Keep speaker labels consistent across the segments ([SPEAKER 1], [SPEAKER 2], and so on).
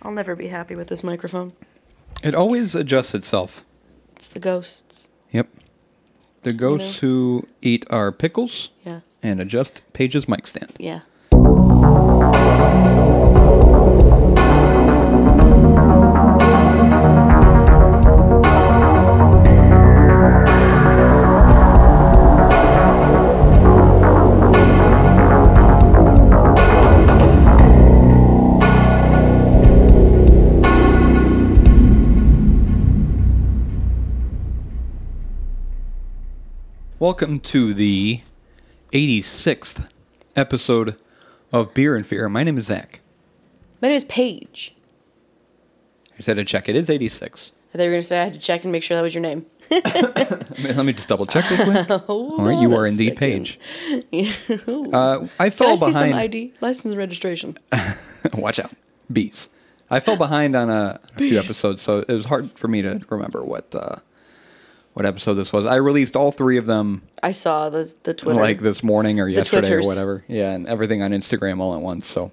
[SPEAKER 1] I'll never be happy with this microphone.
[SPEAKER 2] It always adjusts itself.
[SPEAKER 1] It's the ghosts.
[SPEAKER 2] Yep. The ghosts who eat our pickles
[SPEAKER 1] Yeah.
[SPEAKER 2] and adjust Paige's mic stand.
[SPEAKER 1] Yeah.
[SPEAKER 2] Welcome to the 86th episode of Beer and Fear. My name is Zach.
[SPEAKER 1] My name is Paige.
[SPEAKER 2] I just had to check. It is 86.
[SPEAKER 1] I thought you were gonna say I had to check and make sure that was your name.
[SPEAKER 2] Let me just double check real quick. All right, you
[SPEAKER 1] on
[SPEAKER 2] are
[SPEAKER 1] a second.
[SPEAKER 2] indeed Paige.
[SPEAKER 1] Can
[SPEAKER 2] Uh, I fell
[SPEAKER 1] I see some
[SPEAKER 2] behind.
[SPEAKER 1] ID? License and registration.
[SPEAKER 2] Watch out, bees. I fell behind on a, a few episodes, so it was hard for me to remember what uh, what episode this was. I released all three of them
[SPEAKER 1] I saw the the Twitter.
[SPEAKER 2] like this morning or yesterday
[SPEAKER 1] Twitters.
[SPEAKER 2] or whatever. Yeah, and everything on Instagram all at once. So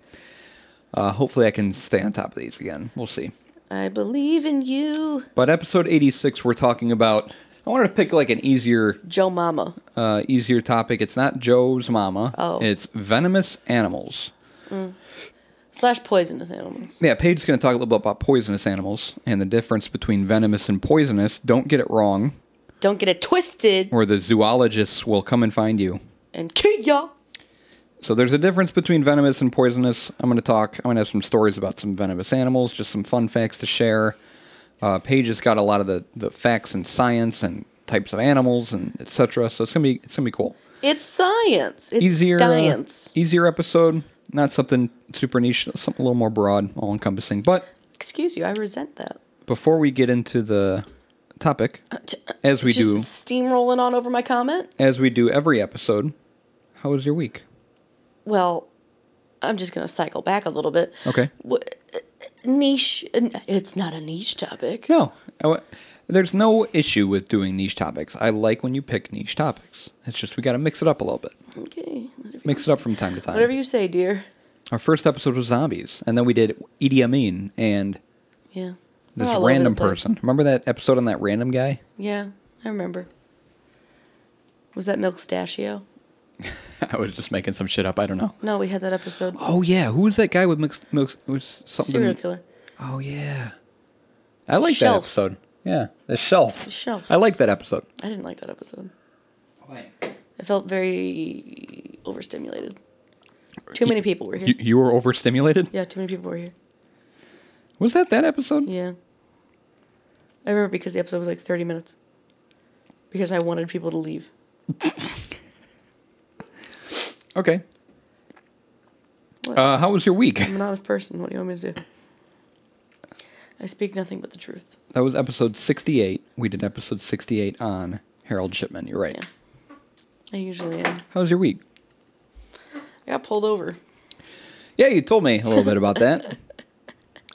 [SPEAKER 2] uh, hopefully, I can stay on top of these again. We'll see.
[SPEAKER 1] I believe in you,
[SPEAKER 2] But episode eighty six, we're talking about. I wanted to pick like an easier,
[SPEAKER 1] Joe Mama.
[SPEAKER 2] uh, easier topic. It's not Joe's mama.
[SPEAKER 1] Oh.
[SPEAKER 2] It's venomous animals.
[SPEAKER 1] Slash poisonous animals.
[SPEAKER 2] Yeah, Paige's going to talk a little bit about poisonous animals and the difference between venomous and poisonous. Don't get it wrong,
[SPEAKER 1] Don't get it twisted
[SPEAKER 2] or the zoologists will come and find you.
[SPEAKER 1] and kill y'all.
[SPEAKER 2] So there's a difference between venomous and poisonous. I'm going to talk. I'm going to have some stories about some venomous animals, just some fun facts to share. Uh, Paige has got a lot of the, the facts and science and types of animals and etc. So it's gonna be it's gonna be cool.
[SPEAKER 1] It's science. It's
[SPEAKER 2] Easier uh,
[SPEAKER 1] science.
[SPEAKER 2] easier episode. Not something super niche. Something a little more broad, all encompassing. But
[SPEAKER 1] Excuse you, I resent that.
[SPEAKER 2] before we get into the topic, as we
[SPEAKER 1] It's just
[SPEAKER 2] do
[SPEAKER 1] steamrolling on over my comment.
[SPEAKER 2] as we do every episode, how was your week?
[SPEAKER 1] Well, I'm just gonna cycle back a little bit.
[SPEAKER 2] Okay.
[SPEAKER 1] W- uh, niche. uh, It's not a niche topic.
[SPEAKER 2] No, I wa- there's no issue with doing niche topics. I like when you pick niche topics. It's just we got to mix it up a little bit.
[SPEAKER 1] Okay. Whatever
[SPEAKER 2] Mix
[SPEAKER 1] you
[SPEAKER 2] it up from time to
[SPEAKER 1] say. Whatever
[SPEAKER 2] time.
[SPEAKER 1] you say, dear.
[SPEAKER 2] Our first episode was zombies, and then we did Idi Amin and
[SPEAKER 1] Yeah. We're
[SPEAKER 2] this
[SPEAKER 1] all over
[SPEAKER 2] random
[SPEAKER 1] the place.
[SPEAKER 2] person. Remember that episode on that random guy?
[SPEAKER 1] Yeah, I remember. Was that Milkstachio?
[SPEAKER 2] I was just making some shit up. I don't know.
[SPEAKER 1] No, we had that episode.
[SPEAKER 2] Oh yeah, who was that guy with mixed milk? Was something?
[SPEAKER 1] Serial killer.
[SPEAKER 2] Oh yeah, I like that
[SPEAKER 1] Shelf.
[SPEAKER 2] episode. Yeah, the shelf. The
[SPEAKER 1] shelf.
[SPEAKER 2] I like that episode.
[SPEAKER 1] I didn't like that episode. I felt very overstimulated. Too many people were here.
[SPEAKER 2] You, you were overstimulated.
[SPEAKER 1] yeah, too many people were here.
[SPEAKER 2] Was that that episode?
[SPEAKER 1] Yeah. I remember because the episode was like 30 minutes. Because I wanted people to leave.
[SPEAKER 2] Okay.
[SPEAKER 1] What?
[SPEAKER 2] Uh, how was your week?
[SPEAKER 1] I'm an honest person. What do you want me to do? I speak nothing but the truth.
[SPEAKER 2] That was episode 68. We did episode 68 on Harold Shipman. You're right.
[SPEAKER 1] Yeah. I usually am.
[SPEAKER 2] How was your week?
[SPEAKER 1] I got pulled over.
[SPEAKER 2] Yeah, you told me a little bit about that.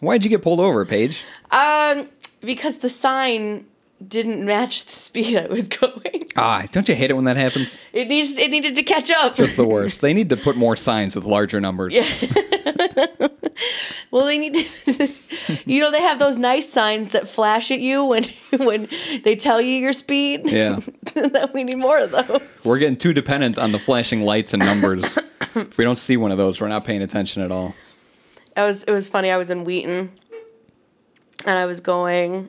[SPEAKER 2] Why'd you get pulled over, Paige?
[SPEAKER 1] Um, because the sign didn't match the speed I was going.
[SPEAKER 2] Ah, don't you hate it when that happens?
[SPEAKER 1] It needs it needed to catch up.
[SPEAKER 2] It's the worst. They need to put more signs with larger numbers.
[SPEAKER 1] well, they need to You know they have those nice signs that flash at you when when they tell you your speed.
[SPEAKER 2] Yeah.
[SPEAKER 1] that we need more of those.
[SPEAKER 2] We're getting too dependent on the flashing lights and numbers. if we don't see one of those, we're not paying attention at all.
[SPEAKER 1] I was it was funny. I was in Wheaton, and I was going.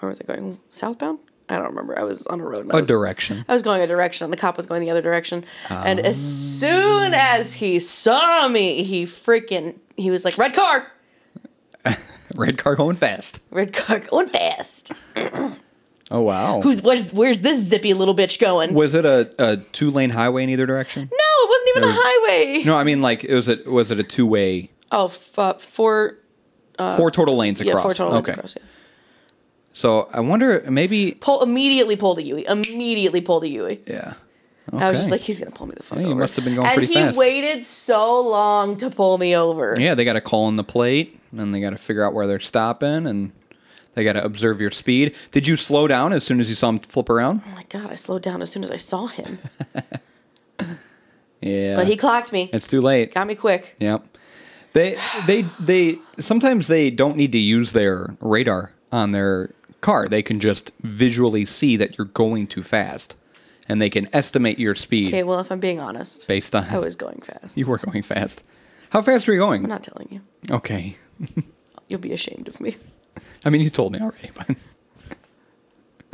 [SPEAKER 1] Where was I going? Southbound? I don't remember. I was on a road. and I
[SPEAKER 2] A
[SPEAKER 1] was-
[SPEAKER 2] direction.
[SPEAKER 1] I was going a direction, and the cop was going the other direction. And as
[SPEAKER 2] Ah.
[SPEAKER 1] soon as he saw me, he freaking he was like, "Red car,
[SPEAKER 2] Red car going fast.
[SPEAKER 1] red car, going fast.
[SPEAKER 2] Oh, wow.
[SPEAKER 1] Who's where's, where's this zippy little bitch going?"
[SPEAKER 2] was it a, a two lane highway in either direction?
[SPEAKER 1] no, it wasn't even a
[SPEAKER 2] There's-
[SPEAKER 1] highway.
[SPEAKER 2] No, I mean, like, it was, a, was it a two way?
[SPEAKER 1] Oh, f- uh, four
[SPEAKER 2] four total lanes
[SPEAKER 1] Uh, yeah,
[SPEAKER 2] across.
[SPEAKER 1] four total lanes
[SPEAKER 2] okay.
[SPEAKER 1] across. Yeah.
[SPEAKER 2] So I wonder, maybe.
[SPEAKER 1] Pull immediately pulled a Yui. Immediately pulled a E. Yui.
[SPEAKER 2] Yeah.
[SPEAKER 1] I was just
[SPEAKER 2] Okay.
[SPEAKER 1] like, he's gonna pull me the fuck
[SPEAKER 2] Yeah,
[SPEAKER 1] over.
[SPEAKER 2] you must have been going
[SPEAKER 1] and
[SPEAKER 2] pretty
[SPEAKER 1] he
[SPEAKER 2] fast.
[SPEAKER 1] waited so long to pull me over.
[SPEAKER 2] Yeah, they got to call in the plate, and they got to figure out where they're stopping, and they got to observe your speed. Did you slow down as soon as you saw him flip around?
[SPEAKER 1] Oh my god, I slowed down as soon as I saw him,
[SPEAKER 2] Yeah.
[SPEAKER 1] but he clocked me.
[SPEAKER 2] It's too late.
[SPEAKER 1] Got me quick.
[SPEAKER 2] Yep. They they they sometimes they don't need to use their radar on their car. They can just visually see that you're going too fast, and they can estimate your speed
[SPEAKER 1] Okay, well, if I'm being honest,
[SPEAKER 2] based on
[SPEAKER 1] I was going fast.
[SPEAKER 2] you were going fast. How fast were you going?
[SPEAKER 1] I'm not telling you.
[SPEAKER 2] Okay,
[SPEAKER 1] You'll be ashamed of me.
[SPEAKER 2] I mean you told me already, but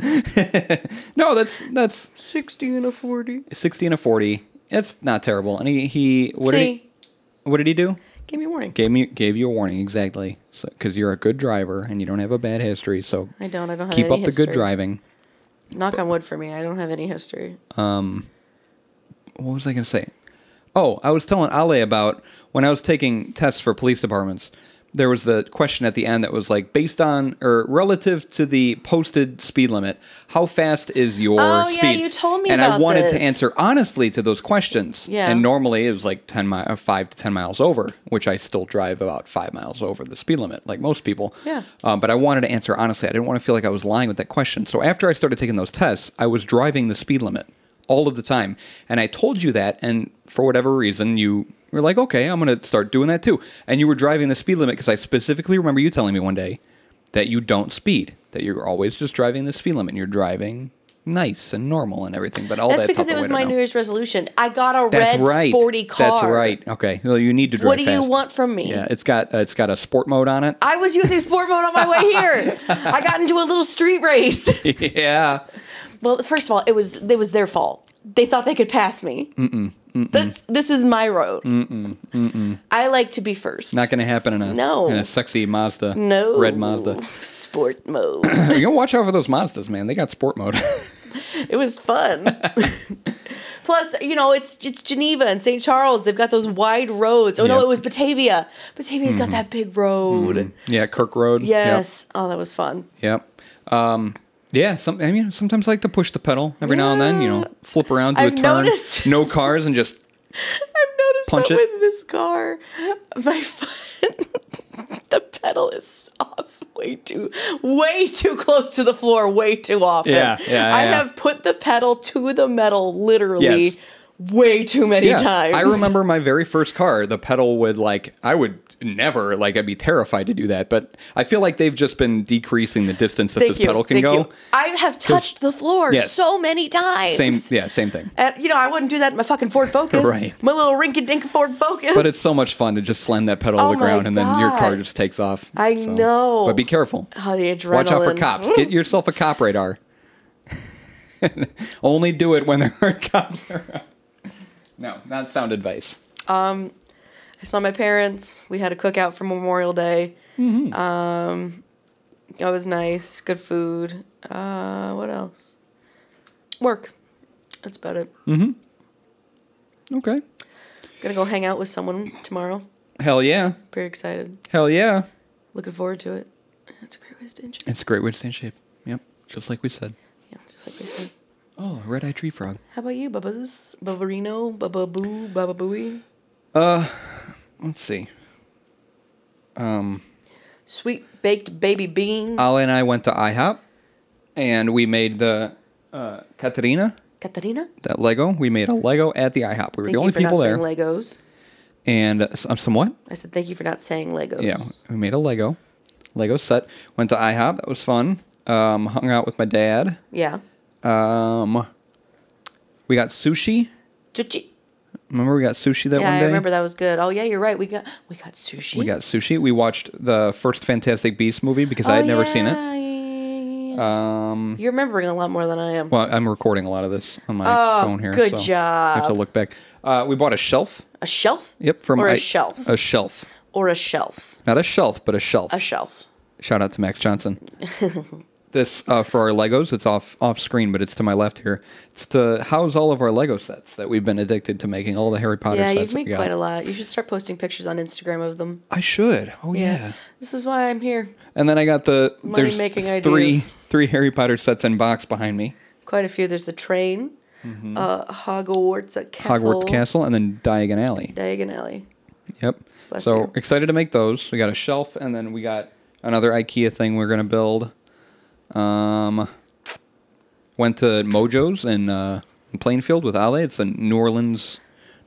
[SPEAKER 2] no, that's that's
[SPEAKER 1] 60 and a 40.
[SPEAKER 2] 60 and a 40. It's not terrible. And he, he what did
[SPEAKER 1] See,
[SPEAKER 2] he, what did he do?
[SPEAKER 1] give me a warning.
[SPEAKER 2] Gave me gave you a warning exactly. So cuz you're a good driver and you don't have a bad history, so
[SPEAKER 1] I don't. I don't have
[SPEAKER 2] keep
[SPEAKER 1] any
[SPEAKER 2] up the good
[SPEAKER 1] history.
[SPEAKER 2] driving.
[SPEAKER 1] Knock on wood for me. I don't have any history.
[SPEAKER 2] What was I going to say? Oh, I was telling Ale about when I was taking tests for police departments. There was the question at the end that was like based on or relative to the posted speed limit, how fast is your
[SPEAKER 1] Oh, yeah,
[SPEAKER 2] speed?
[SPEAKER 1] you told me
[SPEAKER 2] And I
[SPEAKER 1] about
[SPEAKER 2] wanted to
[SPEAKER 1] this.
[SPEAKER 2] answer answer honestly to those questions.
[SPEAKER 1] Yeah.
[SPEAKER 2] And normally it was like 10 mi- uh, 5 to 10 miles over, which I still drive about 5 miles over the speed limit like most people.
[SPEAKER 1] Yeah.
[SPEAKER 2] Um, but I wanted to answer honestly. I didn't want to feel like I was lying with that question. So after I started taking those tests, I was driving the speed limit all of the time. And I told you that and for whatever reason you were like, "Okay, I'm going to start doing that too." And you were driving the speed limit because I specifically remember you telling me one day that you don't speed, that you're always just driving the speed limit. You're driving nice and normal and everything, but all
[SPEAKER 1] That's
[SPEAKER 2] that
[SPEAKER 1] because it was my New Year's resolution. I got a
[SPEAKER 2] that's
[SPEAKER 1] red
[SPEAKER 2] right.
[SPEAKER 1] sporty car.
[SPEAKER 2] That's right. Okay. Well, you need to drive.
[SPEAKER 1] What do you
[SPEAKER 2] fast.
[SPEAKER 1] want from me?
[SPEAKER 2] Yeah, it's got uh, it's got a sport mode on it.
[SPEAKER 1] I was using sport mode on my way here. I got into a little street race.
[SPEAKER 2] yeah.
[SPEAKER 1] well, first of all, it was it was their fault. They thought they could pass me. Mm-mm, That's, this is my road. Mm-mm, I like to be first.
[SPEAKER 2] Not gonna happen in a
[SPEAKER 1] No.
[SPEAKER 2] in a sexy Mazda.
[SPEAKER 1] no
[SPEAKER 2] Red Mazda.
[SPEAKER 1] Sport mode.
[SPEAKER 2] you gotta watch out for those Mazdas, man. They got sport mode.
[SPEAKER 1] it was fun. Plus, you know, it's it's Geneva and St. Charles. They've got those wide roads. Oh no,
[SPEAKER 2] Yep.
[SPEAKER 1] it was Batavia. Batavia's got that big road.
[SPEAKER 2] yeah, Kirk Road. Yep.
[SPEAKER 1] Yes. Oh, that was fun.
[SPEAKER 2] Yep. Um yeah, some I mean sometimes I like to push the pedal every now and then, you know,
[SPEAKER 1] Yeah.
[SPEAKER 2] flip around do a
[SPEAKER 1] I've
[SPEAKER 2] turn.
[SPEAKER 1] noticed.
[SPEAKER 2] No cars and just
[SPEAKER 1] I've noticed
[SPEAKER 2] Punch
[SPEAKER 1] that
[SPEAKER 2] it.
[SPEAKER 1] with this car, my foot, the pedal is off way too, way too close to the floor, way too often.
[SPEAKER 2] Yeah, yeah,
[SPEAKER 1] I
[SPEAKER 2] yeah.
[SPEAKER 1] have put the pedal to the metal literally
[SPEAKER 2] Yes.
[SPEAKER 1] way too many
[SPEAKER 2] yeah,
[SPEAKER 1] times.
[SPEAKER 2] I remember my very first car, the pedal would like I would never like I'd be terrified to do that, but I feel like they've just been decreasing the distance that
[SPEAKER 1] Thank
[SPEAKER 2] this
[SPEAKER 1] you.
[SPEAKER 2] pedal can
[SPEAKER 1] thank
[SPEAKER 2] go.
[SPEAKER 1] you. I have touched the floor
[SPEAKER 2] Yes.
[SPEAKER 1] so many times.
[SPEAKER 2] Same, yeah, same thing.
[SPEAKER 1] And, you know, I wouldn't do that in my fucking Ford Focus.
[SPEAKER 2] Right.
[SPEAKER 1] My little rinky-dink Ford Focus.
[SPEAKER 2] But it's so much fun to just slam that pedal
[SPEAKER 1] Oh
[SPEAKER 2] to the
[SPEAKER 1] my
[SPEAKER 2] ground and then your car
[SPEAKER 1] God.
[SPEAKER 2] just takes off.
[SPEAKER 1] I know.
[SPEAKER 2] But be careful.
[SPEAKER 1] oh, the adrenaline.
[SPEAKER 2] Watch out for cops. Get yourself a cop radar. Only do it when there are cops around. No, not sound advice.
[SPEAKER 1] I saw my parents. We had a cookout for Memorial Day.
[SPEAKER 2] Mm-hmm.
[SPEAKER 1] Um, that was nice. Good food. Uh, what else? Work. That's about it.
[SPEAKER 2] Mm. Okay.
[SPEAKER 1] Gonna go hang out with someone tomorrow.
[SPEAKER 2] Hell yeah.
[SPEAKER 1] Pretty excited.
[SPEAKER 2] Hell yeah.
[SPEAKER 1] Looking forward to it. That's a great way to stay in shape.
[SPEAKER 2] It's a great way to stay in shape. Yep. Just like we said.
[SPEAKER 1] Yeah, just like we said.
[SPEAKER 2] Oh, a red eye tree frog.
[SPEAKER 1] How about you, Bubba's? Babarino? Bubba Boo? Bubba Booey?
[SPEAKER 2] Let's see.
[SPEAKER 1] Sweet baked baby bean?
[SPEAKER 2] Ali and I went to IHOP and we made the uh, Katerina,
[SPEAKER 1] Katarina?
[SPEAKER 2] that Lego. We made a Lego at the IHOP. We were
[SPEAKER 1] Thank
[SPEAKER 2] the only
[SPEAKER 1] you for
[SPEAKER 2] people
[SPEAKER 1] not
[SPEAKER 2] there.
[SPEAKER 1] saying Legos.
[SPEAKER 2] and uh, some, some what?
[SPEAKER 1] I said thank you for not saying Legos.
[SPEAKER 2] Yeah, we made a Lego, Lego set. Went to IHOP. That was fun. Um, hung out with my dad.
[SPEAKER 1] Yeah.
[SPEAKER 2] Um, we got sushi.
[SPEAKER 1] Chuchi.
[SPEAKER 2] Remember we got sushi that
[SPEAKER 1] Yeah,
[SPEAKER 2] one
[SPEAKER 1] I
[SPEAKER 2] day.
[SPEAKER 1] remember that was good. Oh yeah, you're right. We got we got sushi.
[SPEAKER 2] We got sushi. We watched the first Fantastic Beast movie because
[SPEAKER 1] Oh,
[SPEAKER 2] I had never seen it.
[SPEAKER 1] it.
[SPEAKER 2] Um,
[SPEAKER 1] You're remembering a lot more than I am.
[SPEAKER 2] well, I'm recording a lot of this on my
[SPEAKER 1] Oh,
[SPEAKER 2] phone here.
[SPEAKER 1] good
[SPEAKER 2] so I have to
[SPEAKER 1] job.
[SPEAKER 2] look back. Uh, we bought a shelf.
[SPEAKER 1] a shelf?
[SPEAKER 2] Yep, from
[SPEAKER 1] or a
[SPEAKER 2] I-
[SPEAKER 1] shelf.
[SPEAKER 2] A shelf,
[SPEAKER 1] or a shelf.
[SPEAKER 2] not a shelf, but a shelf.
[SPEAKER 1] A shelf.
[SPEAKER 2] Shout out to Max Johnson. this uh, for our Legos. It's off off screen, but it's to my left here. It's to house all of our Lego sets that we've been addicted to making. All the Harry Potter
[SPEAKER 1] Yeah,
[SPEAKER 2] sets.
[SPEAKER 1] you've
[SPEAKER 2] that we
[SPEAKER 1] made
[SPEAKER 2] got.
[SPEAKER 1] quite a lot. You should start posting pictures on Instagram of them.
[SPEAKER 2] I should. Oh yeah.
[SPEAKER 1] This is why I'm here.
[SPEAKER 2] And then I got the there's
[SPEAKER 1] Money-making
[SPEAKER 2] three
[SPEAKER 1] ideas.
[SPEAKER 2] three Harry Potter sets in box behind me.
[SPEAKER 1] Quite a few. There's a train, uh, Hogwarts at Castle,
[SPEAKER 2] Mm-hmm. Hogwarts Castle and then Diagon Alley.
[SPEAKER 1] Diagon Alley.
[SPEAKER 2] Yep.
[SPEAKER 1] Bless
[SPEAKER 2] so
[SPEAKER 1] you.
[SPEAKER 2] excited to make those. We got a shelf and then we got another IKEA thing we're gonna build. Um went to Mojo's in uh in Plainfield with Ale. It's a New Orleans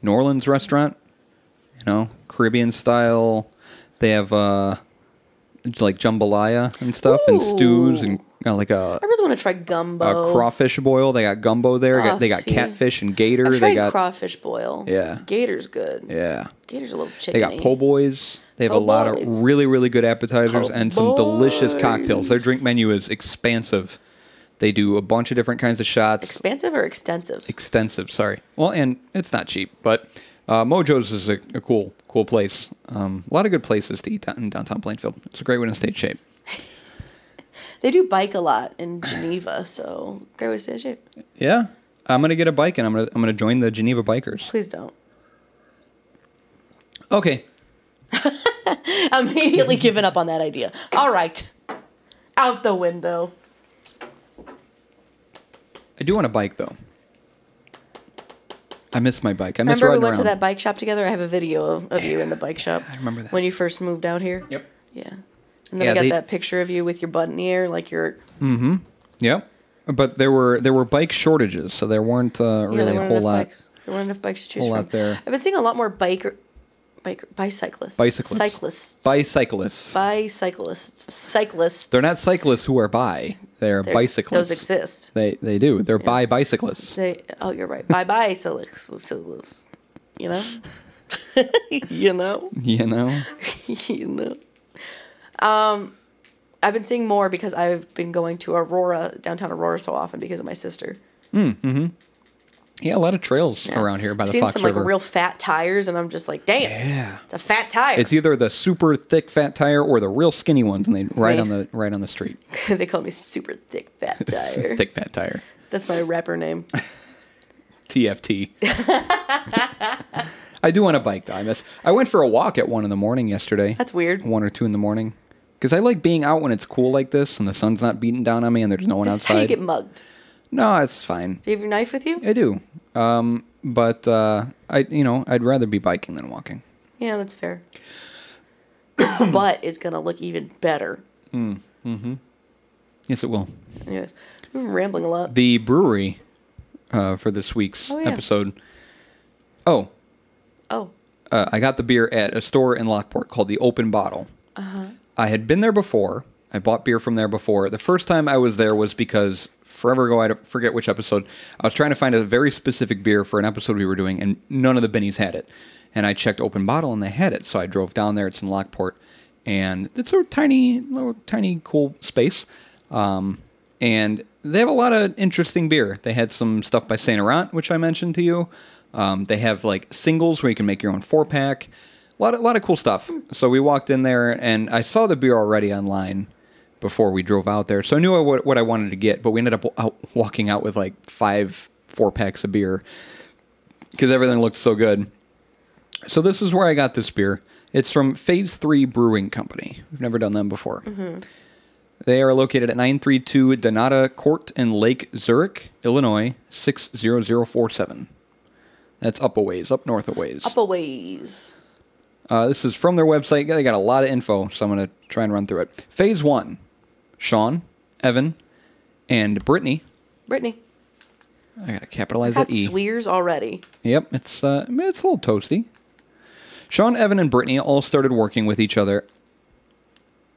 [SPEAKER 2] New Orleans restaurant. you know, Caribbean style. They have uh, it's like jambalaya and stuff, and stews, and uh, like a,
[SPEAKER 1] I really want to try
[SPEAKER 2] a
[SPEAKER 1] gumbo.
[SPEAKER 2] crawfish boil. They got gumbo there.
[SPEAKER 1] Oh,
[SPEAKER 2] got, they got
[SPEAKER 1] see.
[SPEAKER 2] catfish and gator.
[SPEAKER 1] I've
[SPEAKER 2] they
[SPEAKER 1] tried
[SPEAKER 2] got
[SPEAKER 1] crawfish boil.
[SPEAKER 2] Yeah.
[SPEAKER 1] Gator's good.
[SPEAKER 2] yeah.
[SPEAKER 1] Gator's a little chickeny.
[SPEAKER 2] They got po' boys. They have a
[SPEAKER 1] Po'
[SPEAKER 2] lot
[SPEAKER 1] boys.
[SPEAKER 2] of really, really good appetizers
[SPEAKER 1] Po'
[SPEAKER 2] and some delicious cocktails. Their drink menu is expansive. They do a bunch of different kinds of shots.
[SPEAKER 1] Expansive or extensive?
[SPEAKER 2] extensive. Sorry. Well, and it's not cheap, but uh, Mojo's is a, a cool, cool place. Um, a lot of good places to eat down in downtown Plainfield. It's a great way to stay in shape.
[SPEAKER 1] They do bike a lot in Geneva, so great way to stay in shape.
[SPEAKER 2] Yeah, I'm gonna get a bike and I'm gonna I'm gonna join the Geneva bikers.
[SPEAKER 1] Please don't.
[SPEAKER 2] Okay.
[SPEAKER 1] Immediately given up on that idea. All right. Out the window.
[SPEAKER 2] I do want a bike though. I miss my bike. I miss
[SPEAKER 1] Remember we
[SPEAKER 2] riding
[SPEAKER 1] went to
[SPEAKER 2] around.
[SPEAKER 1] that bike shop together? I have a video of, of you in the bike shop. I
[SPEAKER 2] remember that.
[SPEAKER 1] When you first moved out here?
[SPEAKER 2] Yep.
[SPEAKER 1] Yeah. And then
[SPEAKER 2] Yeah,
[SPEAKER 1] I got
[SPEAKER 2] they-
[SPEAKER 1] that picture of you with your butt in the air, like you're
[SPEAKER 2] Yep. But there were there were bike shortages, so there weren't uh,
[SPEAKER 1] Yeah,
[SPEAKER 2] really
[SPEAKER 1] there
[SPEAKER 2] a
[SPEAKER 1] weren't
[SPEAKER 2] whole
[SPEAKER 1] enough
[SPEAKER 2] lot.
[SPEAKER 1] Bikes. There weren't enough bikes to choose
[SPEAKER 2] whole
[SPEAKER 1] from.
[SPEAKER 2] lot there.
[SPEAKER 1] I've been seeing a lot more biker, biker, bicyclists,
[SPEAKER 2] Bicyclists.
[SPEAKER 1] cyclists,
[SPEAKER 2] Bicyclists.
[SPEAKER 1] bicyclists, cyclists.
[SPEAKER 2] They're not cyclists who are bi. They're,
[SPEAKER 1] They're-
[SPEAKER 2] bicyclists.
[SPEAKER 1] Those exist.
[SPEAKER 2] They they do. They're bi bicyclists.
[SPEAKER 1] They. Oh, you're right. Bye, bye, cyclists. You know. you know.
[SPEAKER 2] You know.
[SPEAKER 1] you know. Um, I've been seeing more because I've been going to Aurora, downtown Aurora, so often because of my sister.
[SPEAKER 2] Yeah, a lot of trails
[SPEAKER 1] Yeah.
[SPEAKER 2] around here by
[SPEAKER 1] I've
[SPEAKER 2] the
[SPEAKER 1] seen
[SPEAKER 2] Fox
[SPEAKER 1] some
[SPEAKER 2] River.
[SPEAKER 1] like real fat tires, and I'm just like, damn,
[SPEAKER 2] yeah.
[SPEAKER 1] it's a fat tire.
[SPEAKER 2] It's either the super thick fat tire or the real skinny ones, and they ride
[SPEAKER 1] me.
[SPEAKER 2] on the right on the street.
[SPEAKER 1] they call me super thick fat tire.
[SPEAKER 2] thick fat tire,
[SPEAKER 1] That's my rapper name.
[SPEAKER 2] TFT. I do want a bike though. I miss. I went for a walk at one in the morning yesterday.
[SPEAKER 1] That's weird.
[SPEAKER 2] One or two in the morning, because I like being out when it's cool like this and the sun's not beating down on me and there's no one
[SPEAKER 1] This is how you
[SPEAKER 2] outside.
[SPEAKER 1] get mugged.
[SPEAKER 2] no, it's fine.
[SPEAKER 1] Do you have your knife with you?
[SPEAKER 2] I do. Um, but uh, I, you know, I'd rather be biking than walking.
[SPEAKER 1] Yeah, that's fair. but it's gonna look even better.
[SPEAKER 2] Yes, it will.
[SPEAKER 1] Anyways, we've been rambling a lot.
[SPEAKER 2] the brewery uh, for this week's
[SPEAKER 1] Oh, yeah.
[SPEAKER 2] episode. Oh,
[SPEAKER 1] oh,
[SPEAKER 2] uh, I got the beer at a store in Lockport called the Open Bottle. I had been there before. I bought beer from there before. The first time I was there was because forever ago, I don't- forget which episode, I was trying to find a very specific beer for an episode we were doing, and none of the Bennies had it. And I checked Open Bottle, and they had it. So I drove down there. It's in Lockport, and it's a tiny, little, tiny, cool space. Um, and they have a lot of interesting beer. They had some stuff by Saint Laurent, which I mentioned to you. Um, they have like singles where you can make your own four pack. A lot, of, lot of cool stuff. So we walked in there, and I saw the beer already online before we drove out there. So I knew I- what, what I wanted to get, but we ended up w- out, walking out with like five four packs of beer because everything looked so good. So this is where I got this beer. It's from Phase Three Brewing Company. I've never done them before. They are located at 932 Donata Court in Lake Zurich, Illinois 60047. That's up a ways, up north a ways.
[SPEAKER 1] up a ways.
[SPEAKER 2] Uh, this is from their website. They got a lot of info, so I'm going to try and run through it. Phase one Sean, Evan, and Brittany.
[SPEAKER 1] Brittany,
[SPEAKER 2] I got to capitalize
[SPEAKER 1] got
[SPEAKER 2] that E.
[SPEAKER 1] swears already.
[SPEAKER 2] Yep, it's uh, it's a little toasty. Sean, Evan, and Brittany all started working with each other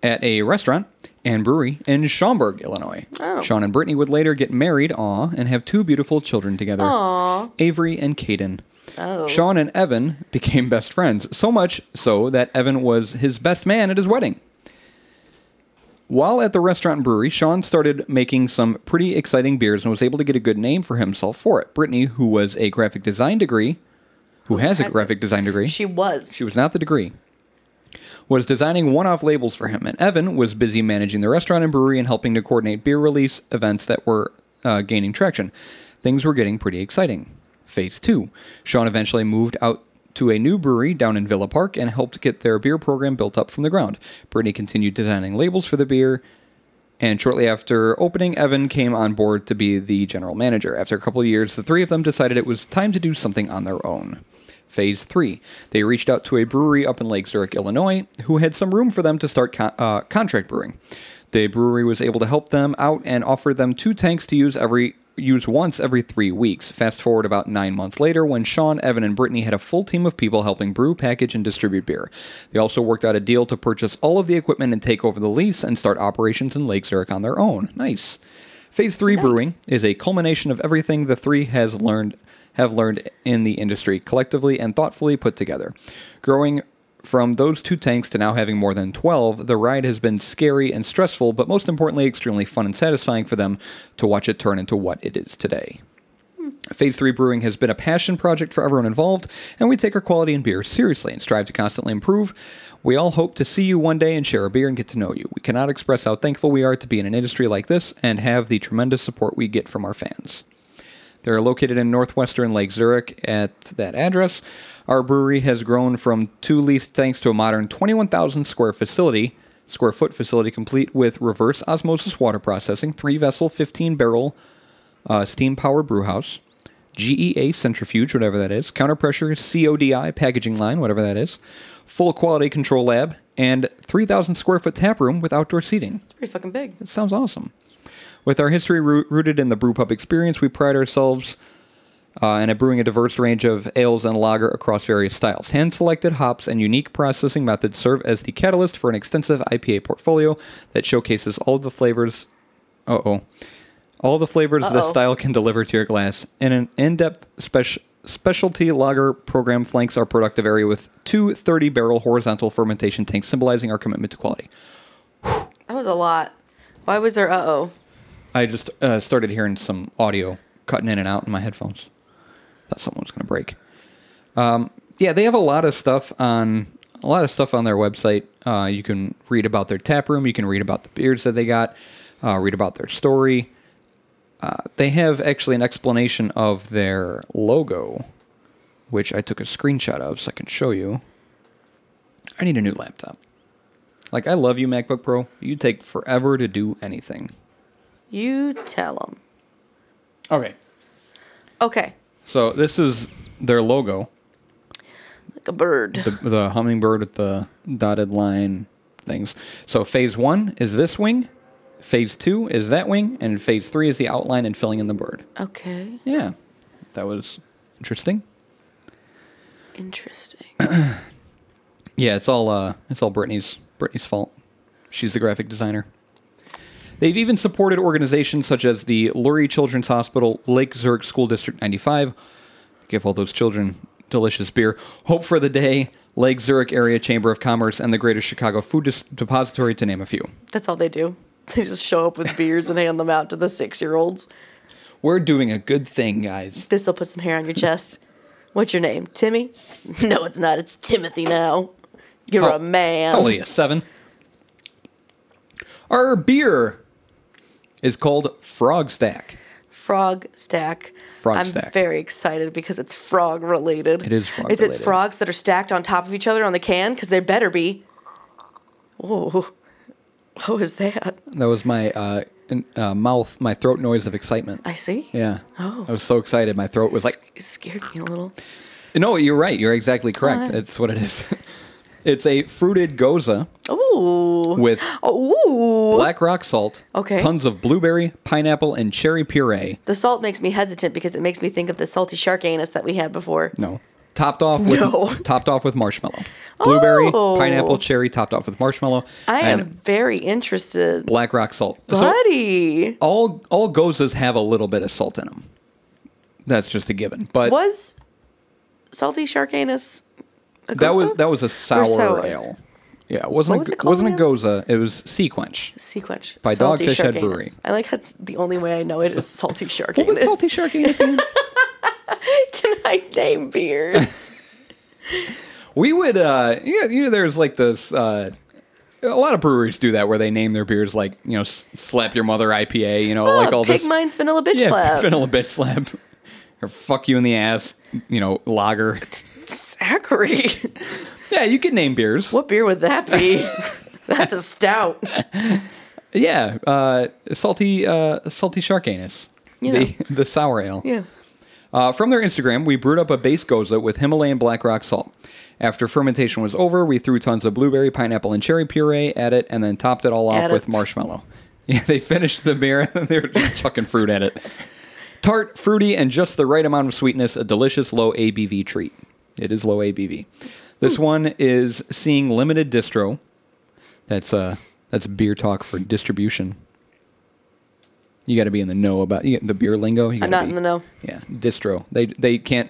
[SPEAKER 2] at a restaurant and brewery in Schaumburg, Illinois.
[SPEAKER 1] Oh.
[SPEAKER 2] Sean and Brittany would later get married, aw, and have two beautiful children together,
[SPEAKER 1] Aw.
[SPEAKER 2] Avery and Caden.
[SPEAKER 1] Oh.
[SPEAKER 2] Sean and Evan became best friends, so much so that Evan was his best man at his wedding. While at the restaurant and brewery, Sean started making some pretty exciting beers and was able to get a good name for himself for it. Brittany, who was a graphic design degree, who has a
[SPEAKER 1] has
[SPEAKER 2] graphic design degree,
[SPEAKER 1] She was.
[SPEAKER 2] she was not the degree, was designing one off labels for him. And Evan was busy managing the restaurant and brewery and helping to coordinate beer release events that were uh, gaining traction. Things were getting pretty exciting. Phase two Sean eventually moved out to a new brewery down in Villa Park and helped get their beer program built up from the ground. Brittany continued designing labels for the beer. And shortly after opening, Evan came on board to be the general manager. After a couple of years, the three of them decided it was time to do something on their own. Phase three. They reached out to a brewery up in Lake Zurich, Illinois, who had some room for them to start con- uh, contract brewing. The brewery was able to help them out and offered them two tanks to use every used once every three weeks. Fast forward about nine months later, when Sean, Evan, and Brittany had a full team of people helping brew, package, and distribute beer. They also worked out a deal to purchase all of the equipment and take over the lease and start operations in Lake Zurich on their own. Nice. Phase three brewing is a culmination of everything the three has learned have learned in the industry collectively and thoughtfully put together. Growing from those two tanks to now having more than 12, the ride has been scary and stressful, but most importantly, extremely fun and satisfying for them to watch it turn into what it is today. Phase 3 Brewing has been a passion project for everyone involved, and we take our quality in beer seriously and strive to constantly improve. We all hope to see you one day and share a beer and get to know you. We cannot express how thankful we are to be in an industry like this and have the tremendous support we get from our fans. They're located in northwestern Lake Zurich at that address. Our brewery has grown from two leased tanks to a modern 21,000 square facility, square foot facility complete with reverse osmosis water processing, three vessel, 15 barrel uh, steam powered brew house, GEA centrifuge, whatever that is, counter pressure, CODI packaging line, whatever that is, full quality control lab, and 3,000 square foot tap room with outdoor seating.
[SPEAKER 1] It's pretty fucking big.
[SPEAKER 2] It sounds awesome. With our history roo- rooted in the brewpub experience, we pride ourselves uh, in brewing a diverse range of ales and lager across various styles. Hand selected hops and unique processing methods serve as the catalyst for an extensive IPA portfolio that showcases all the flavors. Uh oh. All the flavors the
[SPEAKER 1] Uh-oh.
[SPEAKER 2] style can deliver to your glass. And an in depth special. Specialty lager program flanks our productive area with two 30 barrel horizontal fermentation tanks, symbolizing our commitment to quality.
[SPEAKER 1] That was a lot. Why was there uh oh?
[SPEAKER 2] I just uh, started hearing some audio cutting in and out in my headphones. Thought something was going to break. Um, yeah, they have a lot of stuff on a lot of stuff on their website. Uh, you can read about their tap room. You can read about the beards that they got. Uh, read about their story. Uh, they have actually an explanation of their logo, which I took a screenshot of so I can show you. I need a new laptop. Like I love you, MacBook Pro. You take forever to do anything.
[SPEAKER 1] You tell them.
[SPEAKER 2] Okay.
[SPEAKER 1] Okay.
[SPEAKER 2] So this is their logo,
[SPEAKER 1] Like a bird.
[SPEAKER 2] the, the hummingbird with the dotted line things. So phase one is this wing, phase two is that wing, and phase three is the outline and filling in the bird.
[SPEAKER 1] okay.
[SPEAKER 2] Yeah, that was interesting.
[SPEAKER 1] Interesting.
[SPEAKER 2] Yeah, it's all uh, it's all Brittany's Brittany's fault. She's the graphic designer. They've even supported organizations such as the Lurie Children's Hospital, Lake Zurich School District 95. Give all those children delicious beer. Hope for the Day, Lake Zurich Area Chamber of Commerce, and the Greater Chicago Food Dis- Depository, to name a few.
[SPEAKER 1] That's all they do. They just show up with beards and hand them out to the six year olds.
[SPEAKER 2] We're doing a good thing, guys.
[SPEAKER 1] This'll put some hair on your chest. What's your name? Timmy? No, it's not. It's Timothy now. You're
[SPEAKER 2] Oh,
[SPEAKER 1] a man.
[SPEAKER 2] Only a seven. Our beer is called Frog Stack.
[SPEAKER 1] Frog stack.
[SPEAKER 2] Frog
[SPEAKER 1] I'm
[SPEAKER 2] stack.
[SPEAKER 1] very excited because it's frog related.
[SPEAKER 2] It is frog
[SPEAKER 1] Is
[SPEAKER 2] related.
[SPEAKER 1] it frogs that are stacked on top of each other on the can? Because they better be. Oh, what was that?
[SPEAKER 2] That was my uh, in, uh, mouth, my throat noise of excitement.
[SPEAKER 1] I see.
[SPEAKER 2] Yeah.
[SPEAKER 1] Oh.
[SPEAKER 2] I was so excited. My throat was like,
[SPEAKER 1] It scared me a little.
[SPEAKER 2] no, you're right. You're exactly correct.
[SPEAKER 1] Alright.
[SPEAKER 2] It's what it is. it's a fruited goza
[SPEAKER 1] Ooh.
[SPEAKER 2] with
[SPEAKER 1] oh, ooh.
[SPEAKER 2] black rock salt,
[SPEAKER 1] Okay.
[SPEAKER 2] tons of blueberry, pineapple, and cherry puree.
[SPEAKER 1] The salt makes me hesitant because it makes me think of the salty shark anus that we had before.
[SPEAKER 2] No. Topped off with
[SPEAKER 1] No.
[SPEAKER 2] topped off with marshmallow. Blueberry,
[SPEAKER 1] Oh.
[SPEAKER 2] pineapple, cherry topped off with marshmallow.
[SPEAKER 1] I
[SPEAKER 2] and
[SPEAKER 1] am very interested.
[SPEAKER 2] black rock salt. So
[SPEAKER 1] Buddy.
[SPEAKER 2] all all gozas have a little bit of salt in them. That's just a given. But
[SPEAKER 1] was salty shark anus a
[SPEAKER 2] That was
[SPEAKER 1] goza?
[SPEAKER 2] that was a sour,
[SPEAKER 1] sour.
[SPEAKER 2] ale. Yeah, it wasn't
[SPEAKER 1] What was
[SPEAKER 2] a,
[SPEAKER 1] it
[SPEAKER 2] it
[SPEAKER 1] called
[SPEAKER 2] wasn't a
[SPEAKER 1] again?
[SPEAKER 2] goza. It was sea quench.
[SPEAKER 1] Sequench.
[SPEAKER 2] By
[SPEAKER 1] Salty
[SPEAKER 2] Dogfish
[SPEAKER 1] Shark
[SPEAKER 2] Head
[SPEAKER 1] Anus.
[SPEAKER 2] Brewery.
[SPEAKER 1] I like how it's the only way I know it is salty shark
[SPEAKER 2] What was
[SPEAKER 1] anus.
[SPEAKER 2] salty shark anus? again?
[SPEAKER 1] Can I name beers?
[SPEAKER 2] we would uh yeah, you know there's like this uh a lot of breweries do that where they name their beers like, you know, s- slap your mother IPA, you know, like
[SPEAKER 1] oh,
[SPEAKER 2] all
[SPEAKER 1] Pig
[SPEAKER 2] this
[SPEAKER 1] Mine's Vanilla Bitch
[SPEAKER 2] yeah,
[SPEAKER 1] Lab.
[SPEAKER 2] vanilla bitch slap or fuck you in the ass, you know, lager.
[SPEAKER 1] Zachary.
[SPEAKER 2] yeah, you can name beers.
[SPEAKER 1] what beer would that be? That's a stout.
[SPEAKER 2] Yeah, uh salty uh salty shark anus.
[SPEAKER 1] You
[SPEAKER 2] the
[SPEAKER 1] know.
[SPEAKER 2] the sour ale.
[SPEAKER 1] Yeah.
[SPEAKER 2] Uh, from their Instagram, we brewed up a base goza with Himalayan black rock salt. After fermentation was over, we threw tons of blueberry, pineapple, and cherry puree at it, and then topped it all off
[SPEAKER 1] At
[SPEAKER 2] with
[SPEAKER 1] it.
[SPEAKER 2] marshmallow. Yeah, they finished the beer and they were just chucking fruit at it. Tart, fruity, and just the right amount of sweetness, a delicious low ABV treat. It is low ABV. This one is seeing limited distro. That's uh that's beer talk for distribution. You got to be in the know about you the beer lingo. You
[SPEAKER 1] I'm
[SPEAKER 2] gotta
[SPEAKER 1] not
[SPEAKER 2] be-
[SPEAKER 1] in the know.
[SPEAKER 2] Yeah, distro. They they can't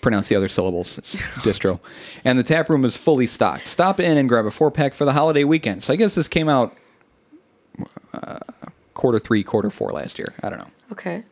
[SPEAKER 2] pronounce the other syllables. It's distro. And the tap room is fully stocked. Stop in and grab a four pack for the holiday weekend. So I guess this came out uh, quarter three, quarter four last year. I don't know
[SPEAKER 1] Okay.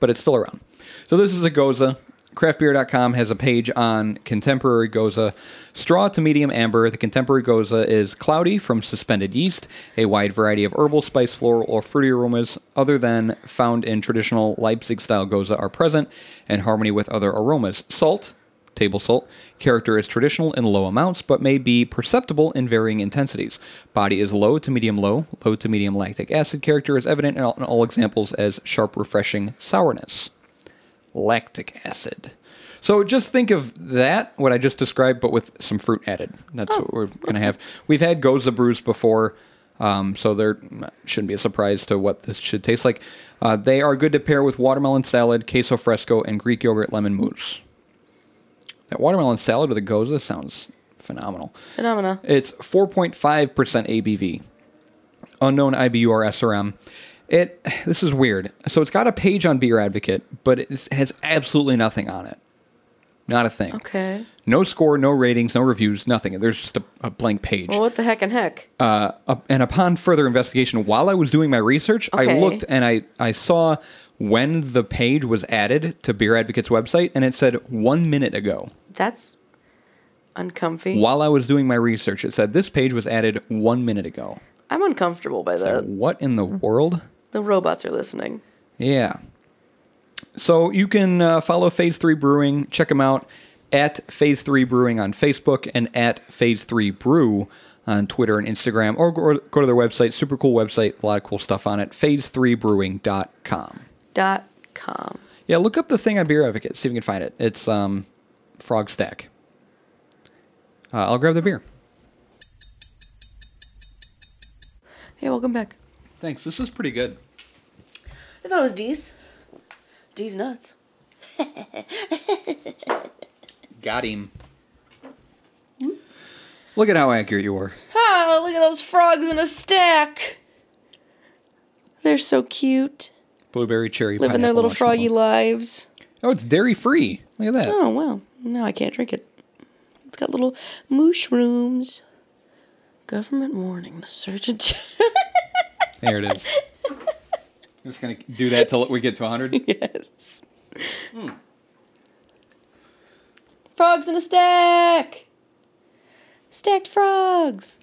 [SPEAKER 2] but it's still around. So this is a goza. Craftbeer.com has a page on contemporary goza, straw to medium amber. The contemporary goza is cloudy from suspended yeast, a wide variety of herbal, spice, floral, or fruity aromas other than found in traditional Leipzig style goza are present in harmony with other aromas. Salt, table salt. Character is traditional in low amounts, but may be perceptible in varying intensities. Body is low to medium low, low to medium lactic acid. Character is evident in all, in all examples as sharp, refreshing sourness. Lactic acid. So just think of that, what I just described, but with some fruit added. That's what we're going to have. We've had Goza brews before, um, so there shouldn't be a surprise to what this should taste like. Uh, they are good to pair with watermelon salad, queso fresco, and Greek yogurt lemon mousse. That watermelon salad with a goza sounds phenomenal.
[SPEAKER 1] Phenomena.
[SPEAKER 2] It's 4.5% ABV. Unknown IBU or SRM. It this is weird. So it's got a page on Beer Advocate, but it has absolutely nothing on it. Not a thing.
[SPEAKER 1] Okay.
[SPEAKER 2] No score, no ratings, no reviews, nothing. There's just a, a blank page.
[SPEAKER 1] Well, what the heck and heck?
[SPEAKER 2] Uh, up- and upon further investigation, while I was doing my research, I
[SPEAKER 1] Okay.
[SPEAKER 2] looked and I, I saw when the page was added to Beer Advocate's website, and it said one minute ago.
[SPEAKER 1] That's uncomfy.
[SPEAKER 2] While I was doing my research, it said this page was added one minute ago.
[SPEAKER 1] I'm uncomfortable by
[SPEAKER 2] Like,
[SPEAKER 1] that.
[SPEAKER 2] what in the world?
[SPEAKER 1] The robots are listening.
[SPEAKER 2] Yeah. So you can uh, follow Phase 3 Brewing, check them out at Phase 3 Brewing on Facebook and at Phase 3 Brew on Twitter and Instagram, or go, or go to their website, super cool website, a lot of cool stuff on it, phase3brewing.com.
[SPEAKER 1] Dot com.
[SPEAKER 2] Yeah, look up the thing on Beer Advocate, see if you can find it. It's um, Frog Stack. Uh, I'll grab the beer.
[SPEAKER 1] Hey, welcome back.
[SPEAKER 2] Thanks. This is pretty good.
[SPEAKER 1] I thought it was D's. D's nuts.
[SPEAKER 2] Got him. Look at how accurate you were.
[SPEAKER 1] Ah, look at those frogs in a stack. They're so cute.
[SPEAKER 2] Blueberry cherry.
[SPEAKER 1] Living their little
[SPEAKER 2] pineapple, marshmallow.
[SPEAKER 1] froggy lives.
[SPEAKER 2] Oh, it's dairy free. Look at that.
[SPEAKER 1] Oh, wow. No, I can't drink it. It's got little mushrooms. Government warning. The surgeon.
[SPEAKER 2] There it is. I'm just gonna do that till we get to 100.
[SPEAKER 1] yes. Frogs in a stack. Stacked frogs.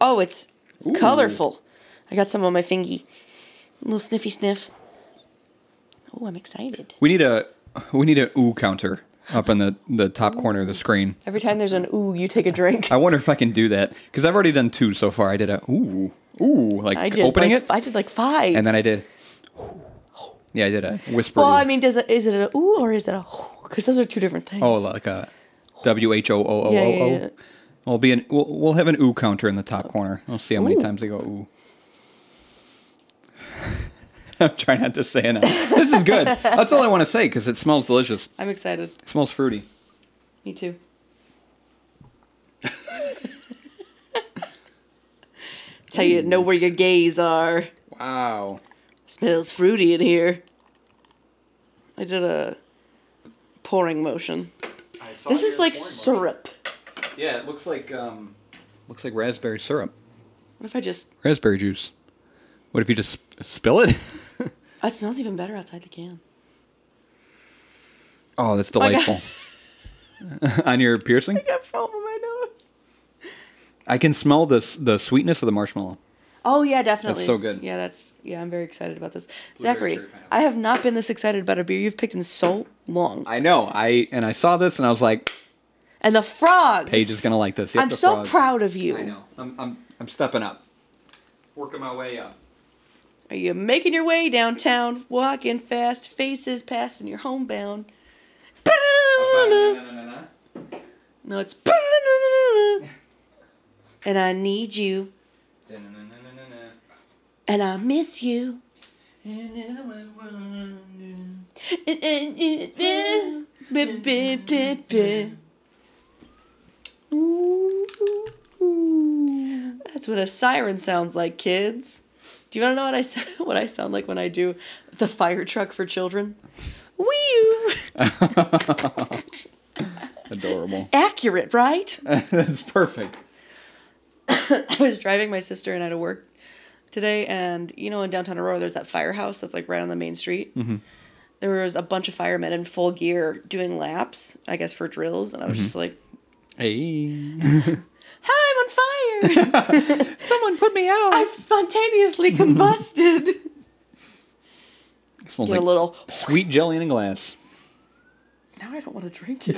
[SPEAKER 1] Oh, it's
[SPEAKER 2] Ooh.
[SPEAKER 1] colorful. I got some on my fingy. little sniffy sniff. Oh, I'm excited.
[SPEAKER 2] We need a we need a ooh counter up in the the top corner of the screen.
[SPEAKER 1] Every time there's an ooh, you take a drink.
[SPEAKER 2] I wonder if I can do that because I've already done two so far. I did a ooh ooh like
[SPEAKER 1] I did
[SPEAKER 2] opening
[SPEAKER 1] like,
[SPEAKER 2] it,
[SPEAKER 1] I did like five.
[SPEAKER 2] and then I did. Yeah, I did a whisper.
[SPEAKER 1] well,
[SPEAKER 2] ooh.
[SPEAKER 1] I mean, does it is it a ooh or is it a because those are two different things.
[SPEAKER 2] oh, like a W H O O O O
[SPEAKER 1] Yeah, yeah, yeah.
[SPEAKER 2] O. We'll be an we'll, we'll have an ooh counter in the top corner. We'll see how many
[SPEAKER 1] Ooh.
[SPEAKER 2] times I go ooh. I'm trying not to say enough. This is good. That's all I want to say because it smells delicious.
[SPEAKER 1] I'm excited.
[SPEAKER 2] It smells fruity.
[SPEAKER 1] Me too. Tell you know where your gays are.
[SPEAKER 2] Wow.
[SPEAKER 1] Smells fruity in here. I did a pouring motion.
[SPEAKER 2] Oh,
[SPEAKER 1] This is like syrup.
[SPEAKER 2] Yeah, it looks like um, looks like raspberry syrup,
[SPEAKER 1] What if I just?
[SPEAKER 2] raspberry juice. What if you just sp- spill it?
[SPEAKER 1] Oh, It smells even better outside the can.
[SPEAKER 2] oh, that's
[SPEAKER 1] my God.
[SPEAKER 2] delightful. On your piercing,
[SPEAKER 1] I got foam on my nose.
[SPEAKER 2] I can smell this the sweetness of the marshmallow.
[SPEAKER 1] Oh yeah, definitely.
[SPEAKER 2] so good.
[SPEAKER 1] Yeah, that's yeah. I'm very excited about this,
[SPEAKER 2] Blueberry
[SPEAKER 1] Zachary.
[SPEAKER 2] cherry pineapple.
[SPEAKER 1] I have not been this excited about a beer you've picked in so long.
[SPEAKER 2] I know. I and I saw this and I was like,
[SPEAKER 1] and the frogs.
[SPEAKER 2] Paige is gonna like this. Yep,
[SPEAKER 1] I'm
[SPEAKER 2] the
[SPEAKER 1] so
[SPEAKER 2] frogs.
[SPEAKER 1] proud of you.
[SPEAKER 2] I know. I'm I'm I'm stepping up, working my way up.
[SPEAKER 1] Are you making your way downtown, walking fast, faces passing, you're homebound? No, it's. And I need you. and I miss you. That's what a siren sounds like, kids. Do you want to know what I sound, what I sound like when I do the fire truck for children? Wee!
[SPEAKER 2] Adorable.
[SPEAKER 1] Accurate, right?
[SPEAKER 2] That's perfect.
[SPEAKER 1] I was driving my sister and I to work today, and you know, in downtown Aurora, there's that firehouse that's like right on the main street.
[SPEAKER 2] Mm-hmm.
[SPEAKER 1] There was a bunch of firemen in full gear doing laps, I guess, for drills, and I was
[SPEAKER 2] Mm-hmm.
[SPEAKER 1] just like,
[SPEAKER 2] Hey.
[SPEAKER 1] "Hi, I'm on fire!
[SPEAKER 2] Someone put me out.
[SPEAKER 1] I've spontaneously combusted."
[SPEAKER 2] smells
[SPEAKER 1] Get
[SPEAKER 2] like
[SPEAKER 1] a little.
[SPEAKER 2] sweet jelly in a glass.
[SPEAKER 1] Now I don't want to drink it.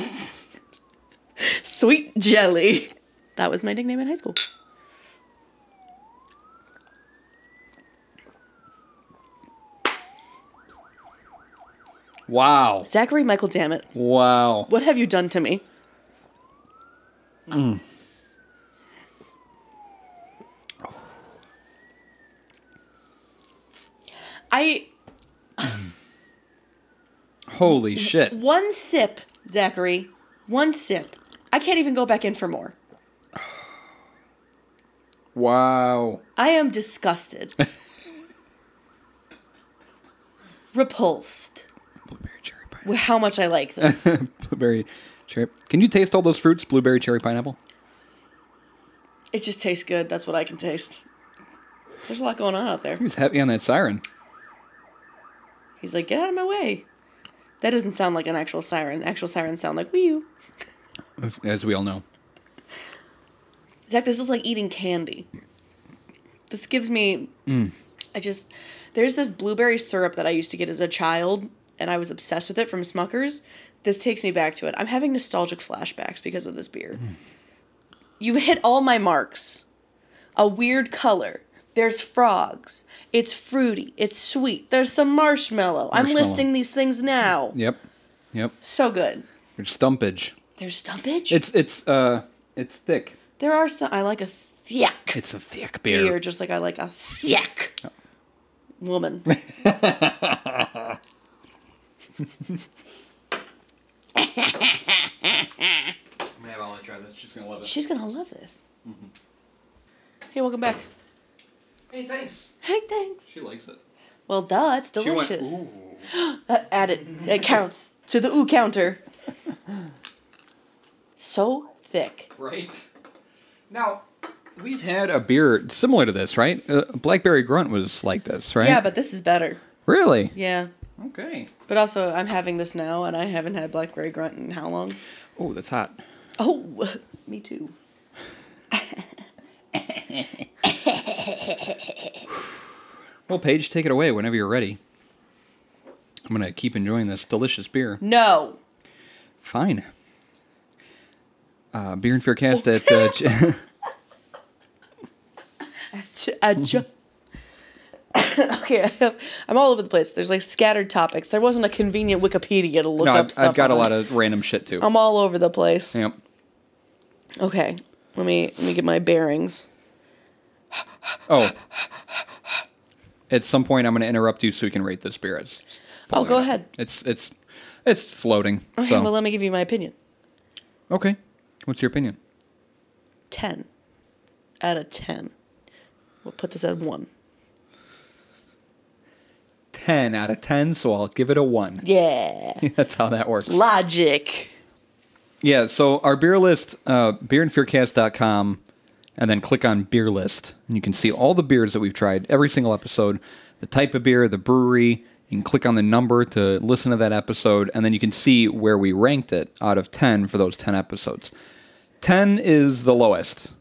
[SPEAKER 1] Sweet jelly. That was my nickname in high school.
[SPEAKER 2] Wow.
[SPEAKER 1] Zachary Michael, damn it!
[SPEAKER 2] Wow.
[SPEAKER 1] What have you done to me? I
[SPEAKER 2] Holy shit.
[SPEAKER 1] one sip, Zachary. One sip. I can't even go back in for more.
[SPEAKER 2] Wow.
[SPEAKER 1] I am disgusted. Repulsed
[SPEAKER 2] Blueberry cherry pineapple.
[SPEAKER 1] with how much I like this.
[SPEAKER 2] Blueberry cherry. Can you taste all those fruits? Blueberry cherry pineapple.
[SPEAKER 1] it just tastes good. That's what I can taste. There's a lot going on out there.
[SPEAKER 2] He was heavy on that siren.
[SPEAKER 1] He's like, get out of my way. That doesn't sound like an actual siren. Actual sirens sound like wee you.
[SPEAKER 2] As we all know.
[SPEAKER 1] Zach, this is like eating candy. This gives me. I just there's this blueberry syrup that I used to get as a child, and I was obsessed with it from Smuckers. This takes me back to it. I'm having nostalgic flashbacks because of this beer. You've hit all my marks. A weird color. There's frogs. It's fruity. It's sweet. There's some marshmallow. I'm
[SPEAKER 2] Marshmallow.
[SPEAKER 1] listing these things now.
[SPEAKER 2] Yep. Yep.
[SPEAKER 1] So good.
[SPEAKER 2] There's stumpage.
[SPEAKER 1] There's stumpage.
[SPEAKER 2] It's it's uh it's thick.
[SPEAKER 1] there are some. I like a thick.
[SPEAKER 2] It's a thick
[SPEAKER 1] beer, just like I like a thick woman.
[SPEAKER 2] I'm gonna let try this. She's gonna love it.
[SPEAKER 1] She's gonna love this. Mm-hmm. Hey, welcome back.
[SPEAKER 2] Hey, thanks.
[SPEAKER 1] Hey, thanks.
[SPEAKER 2] She likes it.
[SPEAKER 1] Well, duh, it's delicious. Uh, add it. It counts to the ooh counter. So thick.
[SPEAKER 2] right. Now we've had a beer similar to this, right? Uh, Blackberry Grunt was like this, right?
[SPEAKER 1] Yeah, but this is better.
[SPEAKER 2] really.
[SPEAKER 1] Yeah.
[SPEAKER 2] Okay.
[SPEAKER 1] But also, I'm having this now, and I haven't had blackberry grunt in how long?
[SPEAKER 2] Oh, that's hot.
[SPEAKER 1] Oh, me too.
[SPEAKER 2] Well, Paige, take it away whenever you're ready. I'm gonna keep enjoying this delicious beer.
[SPEAKER 1] No.
[SPEAKER 2] Fine. Uh, beer and Fearcast at uh, j-
[SPEAKER 1] Ch- uh, ju- Mm-hmm. okay, I have, I'm all over the place. There's like scattered topics. There wasn't a convenient Wikipedia to look
[SPEAKER 2] no,
[SPEAKER 1] up
[SPEAKER 2] I've,
[SPEAKER 1] stuff. Um,
[SPEAKER 2] I've got a
[SPEAKER 1] on.
[SPEAKER 2] lot of random shit too.
[SPEAKER 1] I'm all over the place.
[SPEAKER 2] yep.
[SPEAKER 1] Okay, let me let me get my bearings.
[SPEAKER 2] Oh. At some point, I'm going to interrupt you so we can rate this beer. It's it's
[SPEAKER 1] Oh, go
[SPEAKER 2] floating.
[SPEAKER 1] ahead.
[SPEAKER 2] It's it's it's floating.
[SPEAKER 1] Okay,
[SPEAKER 2] so.
[SPEAKER 1] well uh let me give you my opinion.
[SPEAKER 2] okay. What's your opinion?
[SPEAKER 1] Ten out of ten. We'll put this at one.
[SPEAKER 2] Ten out of ten. So I'll give it a one.
[SPEAKER 1] Yeah.
[SPEAKER 2] That's how that works.
[SPEAKER 1] Logic.
[SPEAKER 2] Yeah. So our beer list, uh, beerandfearcast.com, and then click on beer list, and you can see all the beers that we've tried, every single episode, the type of beer, the brewery. You can click on the number to listen to that episode, and then you can see where we ranked it out of ten for those ten episodes. Ten is the lowest,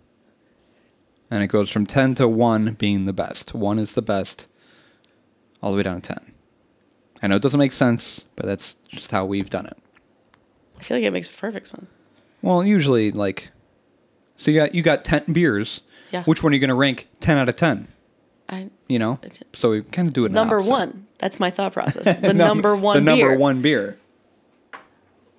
[SPEAKER 2] and it goes from ten to one being the best. One is the best, all the way down to ten. I know it doesn't make sense, but that's just how we've done it.
[SPEAKER 1] I feel like it makes perfect sense.
[SPEAKER 2] Well, usually like so you got you got ten beers.
[SPEAKER 1] Yeah.
[SPEAKER 2] Which one are you gonna rank ten out of ten?
[SPEAKER 1] I
[SPEAKER 2] You know?
[SPEAKER 1] It's-
[SPEAKER 2] So we kinda do it in the
[SPEAKER 1] number
[SPEAKER 2] opposite.
[SPEAKER 1] one. That's my thought process. The
[SPEAKER 2] Num-
[SPEAKER 1] number one.
[SPEAKER 2] The number
[SPEAKER 1] beer.
[SPEAKER 2] one beer.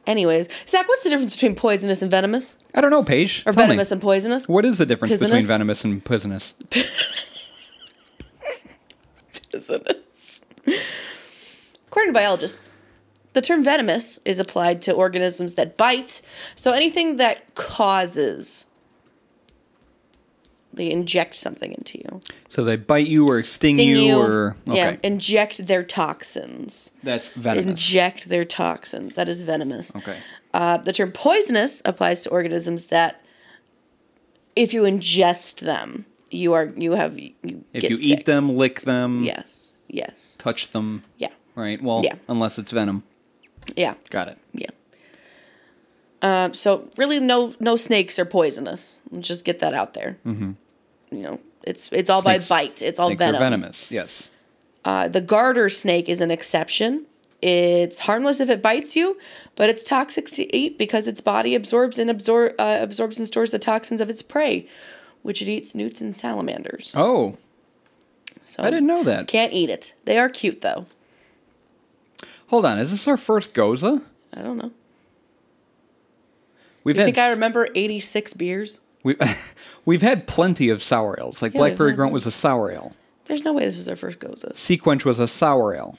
[SPEAKER 1] Anyways, Zach, what's the difference between poisonous and venomous,
[SPEAKER 2] I don't know, Paige.
[SPEAKER 1] or
[SPEAKER 2] Tell me.
[SPEAKER 1] venomous and poisonous?
[SPEAKER 2] What is the difference
[SPEAKER 1] Poisonous?
[SPEAKER 2] between venomous and poisonous?
[SPEAKER 1] delicious it is. According to biologists, the term venomous is applied to organisms that bite, so anything that causes. They inject something into you.
[SPEAKER 2] So they bite you or sting,
[SPEAKER 1] Sting
[SPEAKER 2] you, or okay.
[SPEAKER 1] yeah, inject their toxins.
[SPEAKER 2] That's venomous.
[SPEAKER 1] Inject their toxins. That is venomous.
[SPEAKER 2] okay.
[SPEAKER 1] Uh, the term poisonous applies to organisms that, if you ingest them, you are you have you
[SPEAKER 2] If
[SPEAKER 1] get
[SPEAKER 2] you
[SPEAKER 1] sick.
[SPEAKER 2] eat them, lick them,
[SPEAKER 1] Yes. Yes.
[SPEAKER 2] touch them,
[SPEAKER 1] Yeah.
[SPEAKER 2] right? Well,
[SPEAKER 1] Yeah.
[SPEAKER 2] unless it's venom.
[SPEAKER 1] Yeah.
[SPEAKER 2] Got it.
[SPEAKER 1] Yeah. Um, so really, no no snakes are poisonous. Just get that out there. Mm-hmm. You know, it's it's all
[SPEAKER 2] Snakes-
[SPEAKER 1] by bite. It's all
[SPEAKER 2] Snakes
[SPEAKER 1] venom.
[SPEAKER 2] are venomous. Yes.
[SPEAKER 1] Uh, the garter snake is an exception. It's harmless if it bites you, but it's toxic to eat because its body absorbs and absor- uh, absorbs and stores the toxins of its prey, which it eats newts and salamanders.
[SPEAKER 2] Oh,
[SPEAKER 1] So
[SPEAKER 2] I didn't know that.
[SPEAKER 1] Can't eat it. They are cute though.
[SPEAKER 2] Hold on. Is this our first Goza?
[SPEAKER 1] I don't know.
[SPEAKER 2] We've
[SPEAKER 1] You
[SPEAKER 2] had
[SPEAKER 1] think I
[SPEAKER 2] s-
[SPEAKER 1] remember eighty six beers?
[SPEAKER 2] We, we've had plenty of sour ales. Like
[SPEAKER 1] Yeah, there's
[SPEAKER 2] Blackberry
[SPEAKER 1] nothing.
[SPEAKER 2] Grunt was a sour ale.
[SPEAKER 1] There's no way this is our first goza.
[SPEAKER 2] Sequench was a sour ale.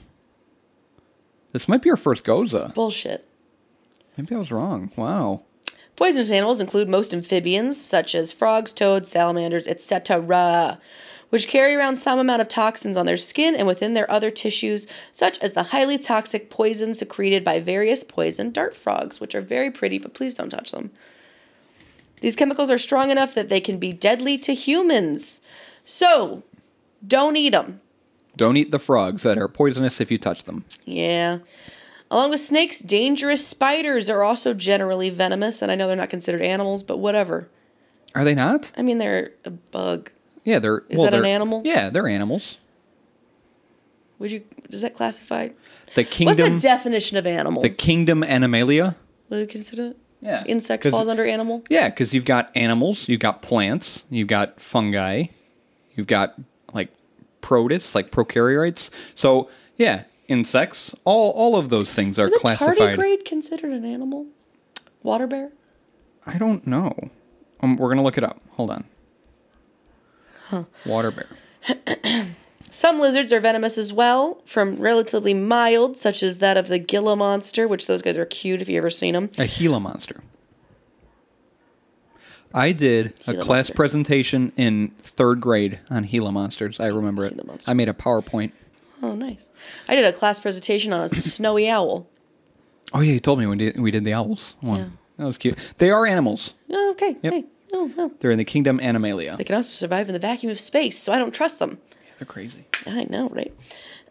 [SPEAKER 2] This might be our first Goza.
[SPEAKER 1] Bullshit.
[SPEAKER 2] Maybe I was wrong. Wow.
[SPEAKER 1] Poisonous animals include most amphibians, such as frogs, toads, salamanders, etc., which carry around some amount of toxins on their skin and within their other tissues, such as the highly toxic poison secreted by various poison dart frogs, which are very pretty, but please don't touch them. These chemicals are strong enough that they can be deadly to humans. So, don't eat them.
[SPEAKER 2] Don't eat the frogs that are poisonous if you touch them.
[SPEAKER 1] Yeah. Along with snakes, dangerous spiders are also generally venomous, and I know they're not considered animals, but whatever.
[SPEAKER 2] Are they not?
[SPEAKER 1] I mean, they're a bug.
[SPEAKER 2] Yeah, they're.
[SPEAKER 1] Is
[SPEAKER 2] well,
[SPEAKER 1] that an
[SPEAKER 2] they're-
[SPEAKER 1] animal?
[SPEAKER 2] Yeah, they're animals.
[SPEAKER 1] Would you? Does that classify?
[SPEAKER 2] The
[SPEAKER 1] What's
[SPEAKER 2] kingdom.
[SPEAKER 1] the definition of animal?
[SPEAKER 2] the kingdom animalia.
[SPEAKER 1] Would you consider it?
[SPEAKER 2] Yeah.
[SPEAKER 1] Insect
[SPEAKER 2] 'Cause-
[SPEAKER 1] falls under animal.
[SPEAKER 2] Yeah, because you've got animals, you've got plants, you've got fungi, you've got like protists, like prokaryotes. So yeah, insects, all all of those things are
[SPEAKER 1] Is a
[SPEAKER 2] classified.
[SPEAKER 1] tardigrade considered an animal? Water bear.
[SPEAKER 2] I don't know. Um, we're gonna look it up. Hold on. Water bear.
[SPEAKER 1] Some lizards are venomous as well, from relatively mild, such as that of the Gila monster, which thela guys are cute if you ever seen them.
[SPEAKER 2] A Gila monster. I did a
[SPEAKER 1] Gila
[SPEAKER 2] class
[SPEAKER 1] monster.
[SPEAKER 2] presentation in third grade on Gila monsters. I remember it.
[SPEAKER 1] Gila monster.
[SPEAKER 2] I made a PowerPoint.
[SPEAKER 1] Oh, nice. I did a class presentation on a snowy owl.
[SPEAKER 2] Oh yeah, you told me when di- we did the owls one.
[SPEAKER 1] Yeah.
[SPEAKER 2] That was cute. They are animals.
[SPEAKER 1] Oh, okay. Hey. Oh, well.
[SPEAKER 2] They're in the kingdom Animalia.
[SPEAKER 1] They can also survive in the vacuum of space, so I don't trust them.
[SPEAKER 2] They're crazy.
[SPEAKER 1] I know, right?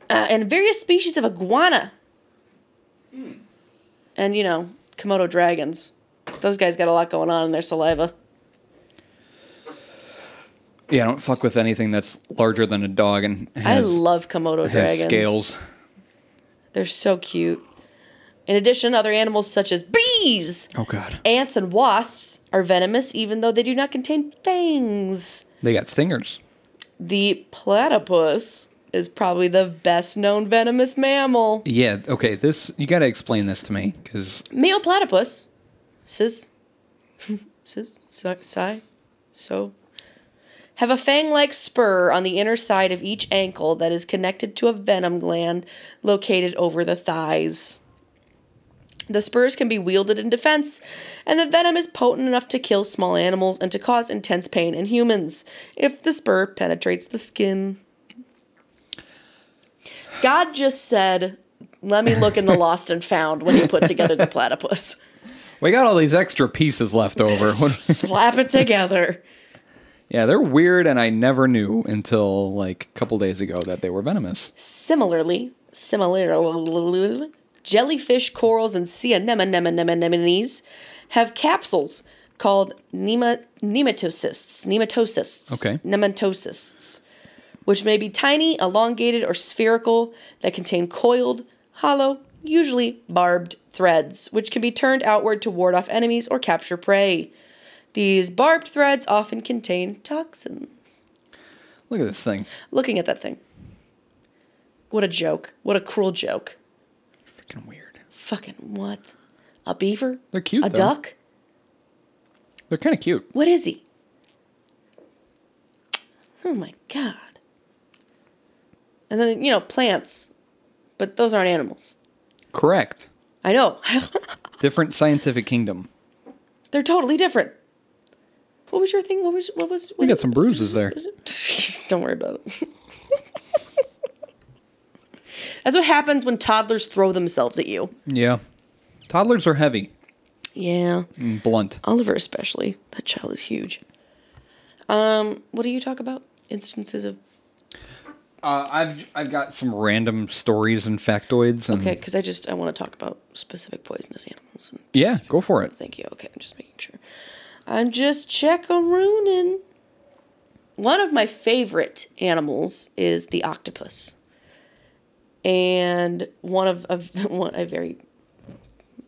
[SPEAKER 1] Uh, and various species of iguana.
[SPEAKER 2] Hmm.
[SPEAKER 1] And, you know, Komodo dragons. Those guys got a lot going on in their saliva.
[SPEAKER 2] Yeah, I don't fuck with anything that's larger than a dog and
[SPEAKER 1] I
[SPEAKER 2] has,
[SPEAKER 1] love Komodo
[SPEAKER 2] has
[SPEAKER 1] dragons.
[SPEAKER 2] scales.
[SPEAKER 1] They're so cute. In addition, other animals such as bees,
[SPEAKER 2] Oh god,
[SPEAKER 1] ants, and wasps are venomous, even though they do not contain fangs.
[SPEAKER 2] they got stingers.
[SPEAKER 1] The platypus is probably the best known venomous mammal.
[SPEAKER 2] Yeah. Okay. This you got to explain this to me because
[SPEAKER 1] Male platypus. Sis. Sis. si- Si. So. Have a fang like spur on the inner side of each ankle that is connected to a venom gland located over the thighs. The spurs can be wielded in defense, and the venom is potent enough to kill small animals and to cause intense pain in humans if the spur penetrates the skin. God just said, Let me look in the lost and found when he put together the platypus.
[SPEAKER 2] we got all these extra pieces left over. What-
[SPEAKER 1] Slap it together.
[SPEAKER 2] yeah, they're weird, and I never knew until like a couple days ago that they were venomous.
[SPEAKER 1] Similarly, similarly, jellyfish, corals, and sea anemone- anemone- anemones have capsules called nema, nematocysts. Nematocysts.
[SPEAKER 2] Okay.
[SPEAKER 1] Nematocysts, which may be tiny, elongated, or spherical that contain coiled, hollow, usually barbed threads, which can be turned outward to ward off enemies or capture prey. These barbed threads often contain toxins
[SPEAKER 2] Look at this thing.
[SPEAKER 1] looking at that thing. What a joke. What a cruel joke.
[SPEAKER 2] Freaking weird.
[SPEAKER 1] Fucking what? A beaver?
[SPEAKER 2] They're cute,
[SPEAKER 1] A
[SPEAKER 2] though.
[SPEAKER 1] duck?
[SPEAKER 2] They're kind of cute.
[SPEAKER 1] What is he? Oh my god. And then, you know, plants. But those aren't animals.
[SPEAKER 2] Correct.
[SPEAKER 1] I know.
[SPEAKER 2] Different scientific kingdom.
[SPEAKER 1] They're totally different. What was your thing? What was what was
[SPEAKER 2] We got some bruises there.
[SPEAKER 1] Don't worry about it. That's what happens when toddlers throw themselves at you.
[SPEAKER 2] Yeah. Toddlers are heavy
[SPEAKER 1] Yeah.
[SPEAKER 2] and blunt.
[SPEAKER 1] Oliver especially. That child is huge. Um, what do you talk about? Instances of
[SPEAKER 2] Uh, I've I've got some random stories and factoids and
[SPEAKER 1] okay, because I just I want to talk about specific poisonous animals. And
[SPEAKER 2] yeah, go for it.
[SPEAKER 1] thank you. Okay, I'm just making sure. I'm just checkarooning. One of my favorite animals is the octopus, and one of a, one a very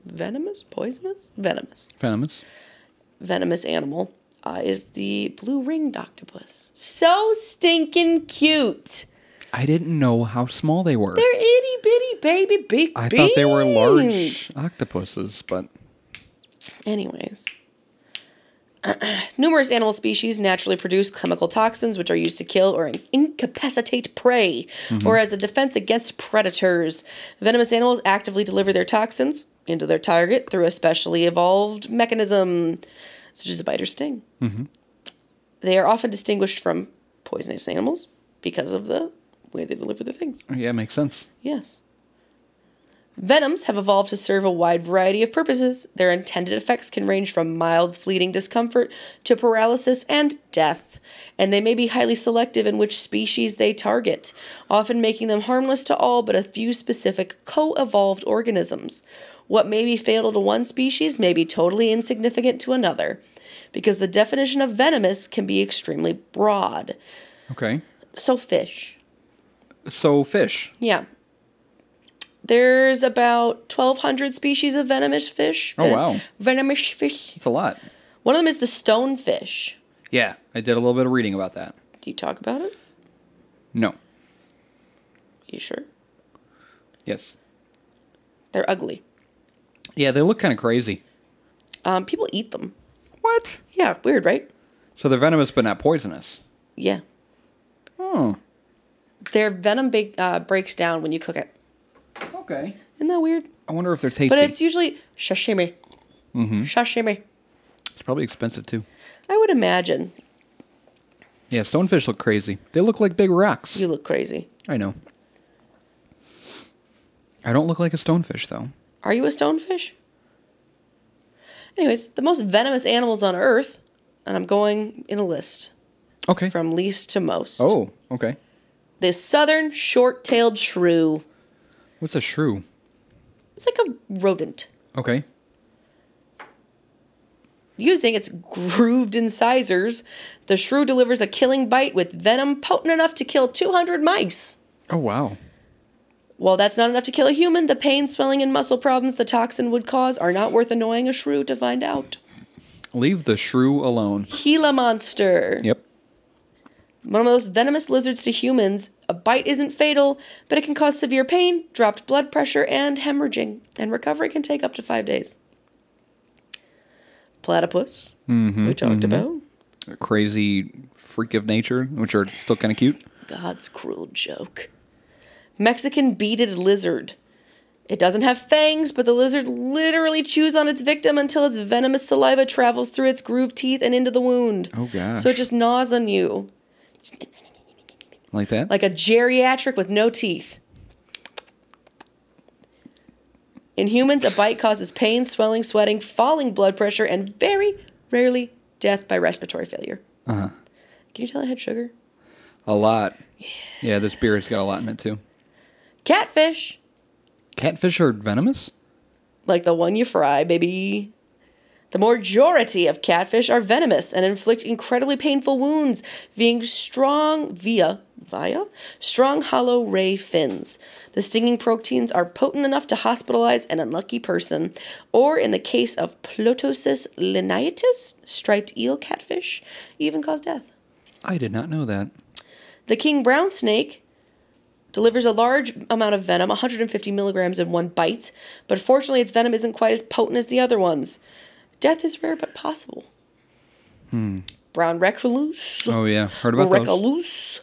[SPEAKER 1] venomous, poisonous, venomous.
[SPEAKER 2] Venomous.
[SPEAKER 1] venomous animal uh, is the blue ringed octopus. So stinking cute.
[SPEAKER 2] I didn't know how small they were.
[SPEAKER 1] They're itty bitty baby big
[SPEAKER 2] I thought they were large
[SPEAKER 1] beans.
[SPEAKER 2] octopuses, but
[SPEAKER 1] Anyways. Numerous animal species naturally produce chemical toxins which are used to kill or incapacitate prey or as a defense against predators. Venomous animals actively deliver their toxins into their target through a specially evolved mechanism, such as a bite or sting. They are often distinguished from poisonous animals because of the way they deliver their things.
[SPEAKER 2] yeah, it makes sense.
[SPEAKER 1] Yes. Venoms have evolved to serve a wide variety of purposes. Their intended effects can range from mild, fleeting discomfort to paralysis and death, and they may be highly selective in which species they target, often making them harmless to all but a few specific co evolved organisms. What may be fatal to one species may be totally insignificant to another, because the definition of venomous can be extremely broad.
[SPEAKER 2] Okay.
[SPEAKER 1] So, fish.
[SPEAKER 2] So fish.
[SPEAKER 1] Yeah. There's about 1,200 species of venomous fish.
[SPEAKER 2] Oh, wow.
[SPEAKER 1] Venomous fish.
[SPEAKER 2] It's a lot.
[SPEAKER 1] One of them is the stonefish.
[SPEAKER 2] Yeah, I did a little bit of reading about that.
[SPEAKER 1] Do you talk about it?
[SPEAKER 2] No.
[SPEAKER 1] You sure?
[SPEAKER 2] Yes.
[SPEAKER 1] They're ugly.
[SPEAKER 2] Yeah, they look kind of crazy.
[SPEAKER 1] Um, people eat them.
[SPEAKER 2] What?
[SPEAKER 1] Yeah, weird, right?
[SPEAKER 2] So they're venomous but not poisonous.
[SPEAKER 1] Yeah.
[SPEAKER 2] Oh.
[SPEAKER 1] Their venom ba- uh, breaks down when you cook it.
[SPEAKER 2] Okay.
[SPEAKER 1] Isn't that weird?
[SPEAKER 2] I wonder if they're tasty.
[SPEAKER 1] But it's usually sashimi. Mm-hmm. Sashimi.
[SPEAKER 2] It's probably expensive too.
[SPEAKER 1] I would imagine.
[SPEAKER 2] Yeah, stonefish look crazy. They look like big rocks.
[SPEAKER 1] You look crazy.
[SPEAKER 2] I know. I don't look like a stonefish though.
[SPEAKER 1] Are you a stonefish? Anyways, the most venomous animals on Earth, and I'm going in a list.
[SPEAKER 2] Okay.
[SPEAKER 1] from least to most.
[SPEAKER 2] oh, okay.
[SPEAKER 1] The southern short tailed shrew.
[SPEAKER 2] What's a shrew?
[SPEAKER 1] It's like a rodent.
[SPEAKER 2] Okay.
[SPEAKER 1] Using its grooved incisors, the shrew delivers a killing bite with venom potent enough to kill 200 mice.
[SPEAKER 2] Oh wow.
[SPEAKER 1] While that's not enough to kill a human, the pain, swelling, and muscle problems the toxin would cause are not worth annoying a shrew to find out.
[SPEAKER 2] Leave the shrew alone.
[SPEAKER 1] Gila monster.
[SPEAKER 2] Yep.
[SPEAKER 1] One of the most venomous lizards to humans, a bite isn't fatal, but it can cause severe pain, dropped blood pressure, and hemorrhaging, and recovery can take up to five days. Platypus, we talked about.
[SPEAKER 2] A crazy freak of nature, which are still kind of cute.
[SPEAKER 1] God's cruel joke. Mexican beaded lizard. It doesn't have fangs, but the lizard literally chews on its victim until its venomous saliva travels through its grooved teeth and into the wound.
[SPEAKER 2] Oh, gosh.
[SPEAKER 1] So it just gnaws on you
[SPEAKER 2] Like that.
[SPEAKER 1] like a geriatric with no teeth. In humans, a bite causes pain, swelling, sweating, falling blood pressure, and very rarely death by respiratory failure. Uh-huh. Can you tell I had sugar?
[SPEAKER 2] a lot. Yeah. Yeah, this beer's got a lot in it too.
[SPEAKER 1] Catfish,
[SPEAKER 2] Catfish are venomous?
[SPEAKER 1] like the one you fry, baby. The majority of catfish are venomous and inflict incredibly painful wounds, being strong via via strong hollow ray fins. The stinging proteins are potent enough to hospitalize an unlucky person, or in the case of Plotosis linnaeatus, striped eel catfish, even cause death.
[SPEAKER 2] I did not know that.
[SPEAKER 1] The king brown snake delivers a large amount of venom, 150 milligrams in one bite, but fortunately its venom isn't quite as potent as the other ones. Death is rare but possible. Brown recluse.
[SPEAKER 2] Oh yeah, heard about those.
[SPEAKER 1] recluse.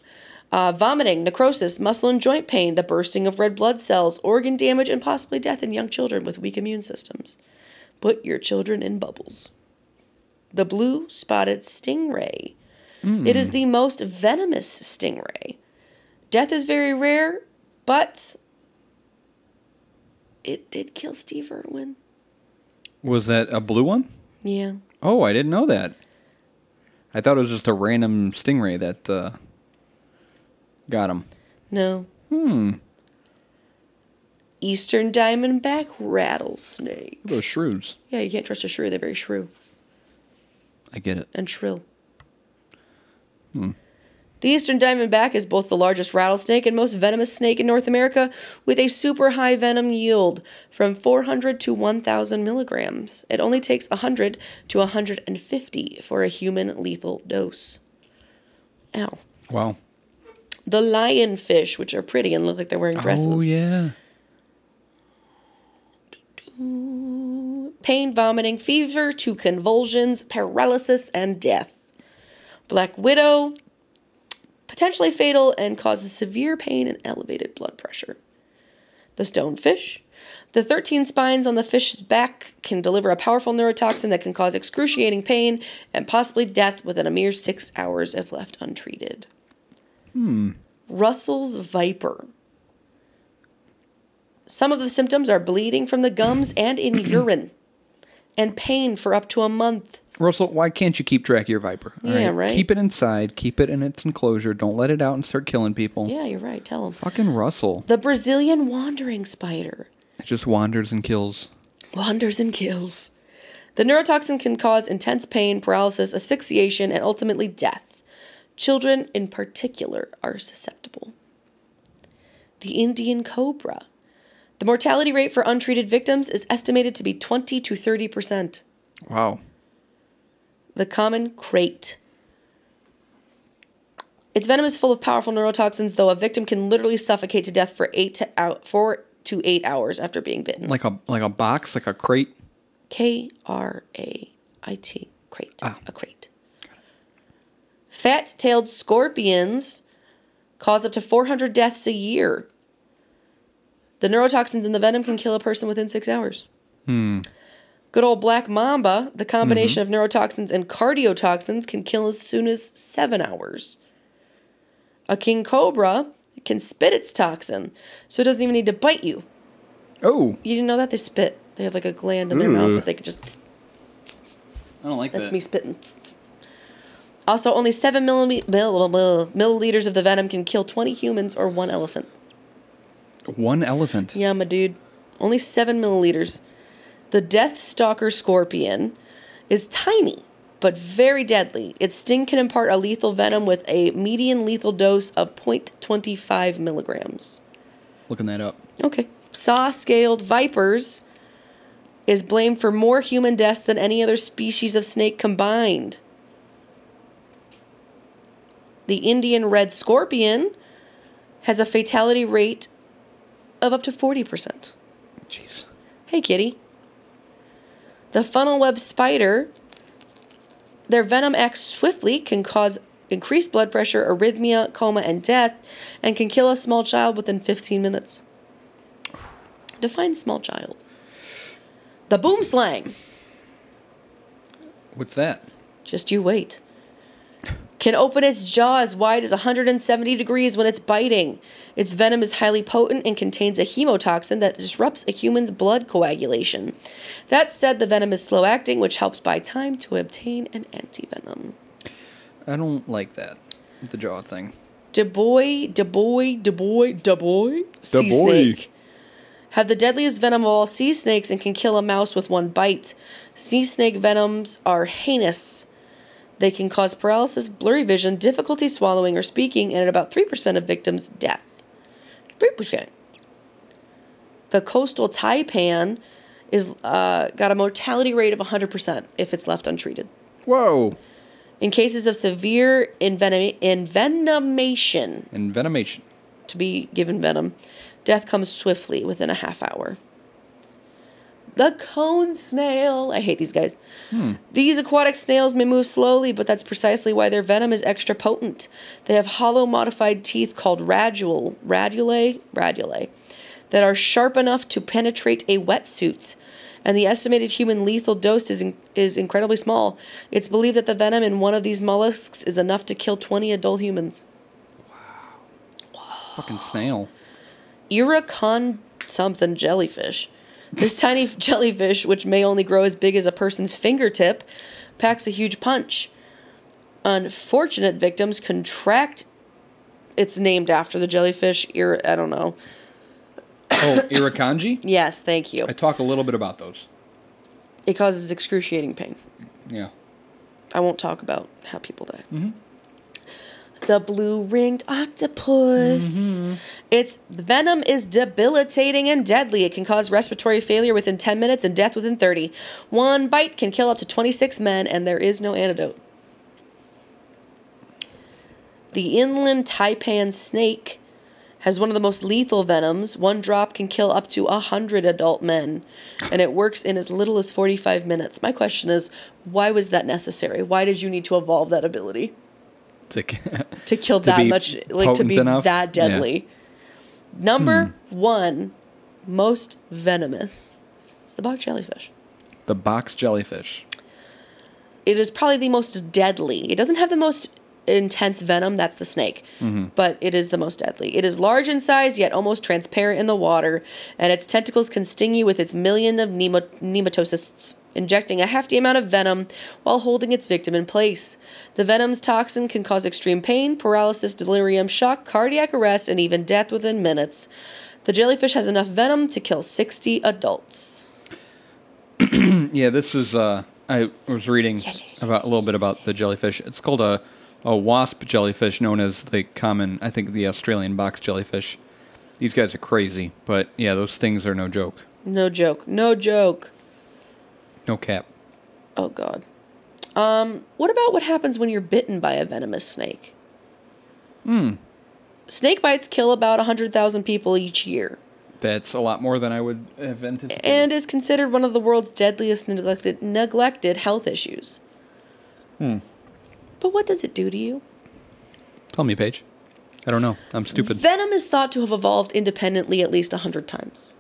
[SPEAKER 1] uh, vomiting, necrosis, muscle and joint pain, the bursting of red blood cells, organ damage, and possibly death in young children with weak immune systems. Put your children in bubbles. The blue spotted stingray. It is the most venomous stingray. Death is very rare, but it did kill Steve Irwin.
[SPEAKER 2] Was that a blue one?
[SPEAKER 1] Yeah.
[SPEAKER 2] Oh, I didn't know that. I thought it was just a random stingray that uh, got him.
[SPEAKER 1] No. Hmm. Eastern diamondback rattlesnake.
[SPEAKER 2] Look at Those shrews.
[SPEAKER 1] Yeah, you can't trust a shrew. They're very shrew
[SPEAKER 2] I get it.
[SPEAKER 1] and shrill. The eastern diamondback is both the largest rattlesnake and most venomous snake in North America, with a super high venom yield from 400 to 1,000 milligrams. It only takes 100 to 150 for a human lethal dose. Ow.
[SPEAKER 2] Wow.
[SPEAKER 1] The lionfish, which are pretty and look like they're wearing dresses.
[SPEAKER 2] Oh yeah.
[SPEAKER 1] pain, vomiting, fever to convulsions, paralysis, and death. Black Widow, potentially fatal and causes severe pain and elevated blood pressure. The stonefish. The 13 spines on the fish's back can deliver a powerful neurotoxin that can cause excruciating pain and possibly death within a mere six hours if left untreated. Hmm. Russell's viper. Some of the symptoms are bleeding from the gums and in urine, and pain for up to a month.
[SPEAKER 2] Russell, why can't you keep track of your viper? All
[SPEAKER 1] Yeah, right.
[SPEAKER 2] Keep it inside. Keep it in its enclosure. Don't let it out and start killing people.
[SPEAKER 1] Yeah, you're right. Tell him.
[SPEAKER 2] Fucking Russell.
[SPEAKER 1] The Brazilian wandering spider
[SPEAKER 2] It just wanders and kills.
[SPEAKER 1] wanders and kills. The neurotoxin can cause intense pain, paralysis, asphyxiation, and ultimately death. Children, in particular, are susceptible. The Indian cobra. The mortality rate for untreated victims is estimated to be 20 to 30 percent.
[SPEAKER 2] Wow.
[SPEAKER 1] the common crate. Its venom is full of powerful neurotoxins, though a victim can literally suffocate to death for eight to out four to eight hours after being bitten.
[SPEAKER 2] Like a like a box, like a crate.
[SPEAKER 1] K R A I T crate,
[SPEAKER 2] Ah.
[SPEAKER 1] a crate. Fat-tailed scorpions cause up to 400 deaths a year. The neurotoxins in the venom can kill a person within six hours.
[SPEAKER 2] Hmm.
[SPEAKER 1] Good old black mamba, the combination
[SPEAKER 2] Mm-hmm.
[SPEAKER 1] of neurotoxins and cardiotoxins can kill as soon as seven hours. A king cobra can spit its toxin, so it doesn't even need to bite you.
[SPEAKER 2] Oh,
[SPEAKER 1] You didn't know that they spit. They have like a gland in their mouth
[SPEAKER 2] Ooh.
[SPEAKER 1] that they could just.
[SPEAKER 2] I don't like
[SPEAKER 1] That's
[SPEAKER 2] that.
[SPEAKER 1] me spitting. Also, only seven millime- mill- mill- milliliters of the venom can kill twenty humans or one elephant.
[SPEAKER 2] One elephant.
[SPEAKER 1] Yeah, my dude. Only seven milliliters. The Death Stalker scorpion is tiny, but very deadly. Its sting can impart a lethal venom with a median lethal dose of 0.25 milligrams.
[SPEAKER 2] Looking that up.
[SPEAKER 1] Okay. Saw scaled vipers is blamed for more human deaths than any other species of snake combined. The Indian red scorpion has a fatality rate of up to 40%.
[SPEAKER 2] Jeez.
[SPEAKER 1] Hey, kitty. The funnel web spider, their venom acts swiftly, can cause increased blood pressure, arrhythmia, coma, and death, and can kill a small child within 15 minutes. Define small child. The boom slang.
[SPEAKER 2] What's that?
[SPEAKER 1] Just you wait. Can open its jaw as wide as 170 degrees when it's biting. Its venom is highly potent and contains a hemotoxin that disrupts a human's blood coagulation. That said, the venom is slow acting, which helps buy time to obtain an antivenom.
[SPEAKER 2] I don't like that. The jaw thing.
[SPEAKER 1] Deboy, Deboy, Deboy, Deboy, sea
[SPEAKER 2] Deboy.
[SPEAKER 1] snake. Have the deadliest venom of all sea snakes and can kill a mouse with one bite. Sea snake venoms are heinous. They can cause paralysis, blurry vision, difficulty swallowing or speaking, and at about 3% of victims, death. 3%. The coastal taipan is uh, got a mortality rate of 100% if it's left untreated.
[SPEAKER 2] Whoa.
[SPEAKER 1] In cases of severe envenom- envenomation,
[SPEAKER 2] Envenomation.
[SPEAKER 1] to be given venom. Death comes swiftly within a half hour. The cone snail. I hate these guys. These aquatic snails may move slowly, but that's precisely why their venom is extra potent. They have hollow modified teeth called radule, radulae, radulae, that are sharp enough to penetrate a wetsuit. And the estimated human lethal dose is, in, is incredibly small. It's believed that the venom in one of these mollusks is enough to kill 20 adult humans.
[SPEAKER 2] Fucking snail.
[SPEAKER 1] Iracon something jellyfish. This tiny jellyfish, which may only grow as big as a person's fingertip, packs a huge punch. Unfortunate victims contract. It's named after the jellyfish. Ira, I don't know.
[SPEAKER 2] Oh, irukandji.
[SPEAKER 1] Yes, thank you.
[SPEAKER 2] I talk a little bit about those.
[SPEAKER 1] It causes excruciating pain.
[SPEAKER 2] Yeah.
[SPEAKER 1] I won't talk about how people die. The blue ringed octopus. Its venom is debilitating and deadly. It can cause respiratory failure within 10 minutes and death within 30. One bite can kill up to 26 men, and there is no antidote. The inland taipan snake has one of the most lethal venoms. One drop can kill up to 100 adult men, and it works in as little as 45 minutes. My question is why was that necessary? Why did you need to evolve that ability? to kill
[SPEAKER 2] To
[SPEAKER 1] that
[SPEAKER 2] be
[SPEAKER 1] much like to
[SPEAKER 2] potent
[SPEAKER 1] be
[SPEAKER 2] enough?
[SPEAKER 1] that
[SPEAKER 2] Yeah. Hmm.
[SPEAKER 1] deadly. Number one, most venomous is the box jellyfish.
[SPEAKER 2] the box jellyfish.
[SPEAKER 1] It is probably the most deadly. It doesn't have the most intense venom, that's the snake, but it is the most deadly. It is large in size, yet almost transparent in the water, and its tentacles can sting you with its million of nemo- nematocysts, injecting a hefty amount of venom while holding its victim in place. The venom's toxin can cause extreme pain, paralysis, delirium, shock, cardiac arrest, and even death within minutes. The jellyfish has enough venom to kill 60 adults.
[SPEAKER 2] Yeah, this is. Uh, I was reading
[SPEAKER 1] Yeah, yeah, yeah,
[SPEAKER 2] about a little bit about the jellyfish. It's called a a wasp jellyfish, known as the common, I think, the Australian box jellyfish. These guys are crazy, but yeah, those things are no joke,
[SPEAKER 1] No joke. No joke.
[SPEAKER 2] no cap.
[SPEAKER 1] Oh God. Um, what about what happens when you're bitten by a venomous snake? Hmm. Snake bites kill about 100,000 people each year
[SPEAKER 2] That's a lot more than I would have anticipated.
[SPEAKER 1] and is considered one of the world's deadliest neglected, neglected health issues. Hmm. But what does it do to you?
[SPEAKER 2] Tell me, Paige. I don't know. I'm stupid.
[SPEAKER 1] Venom is thought to have evolved independently at least 100 times.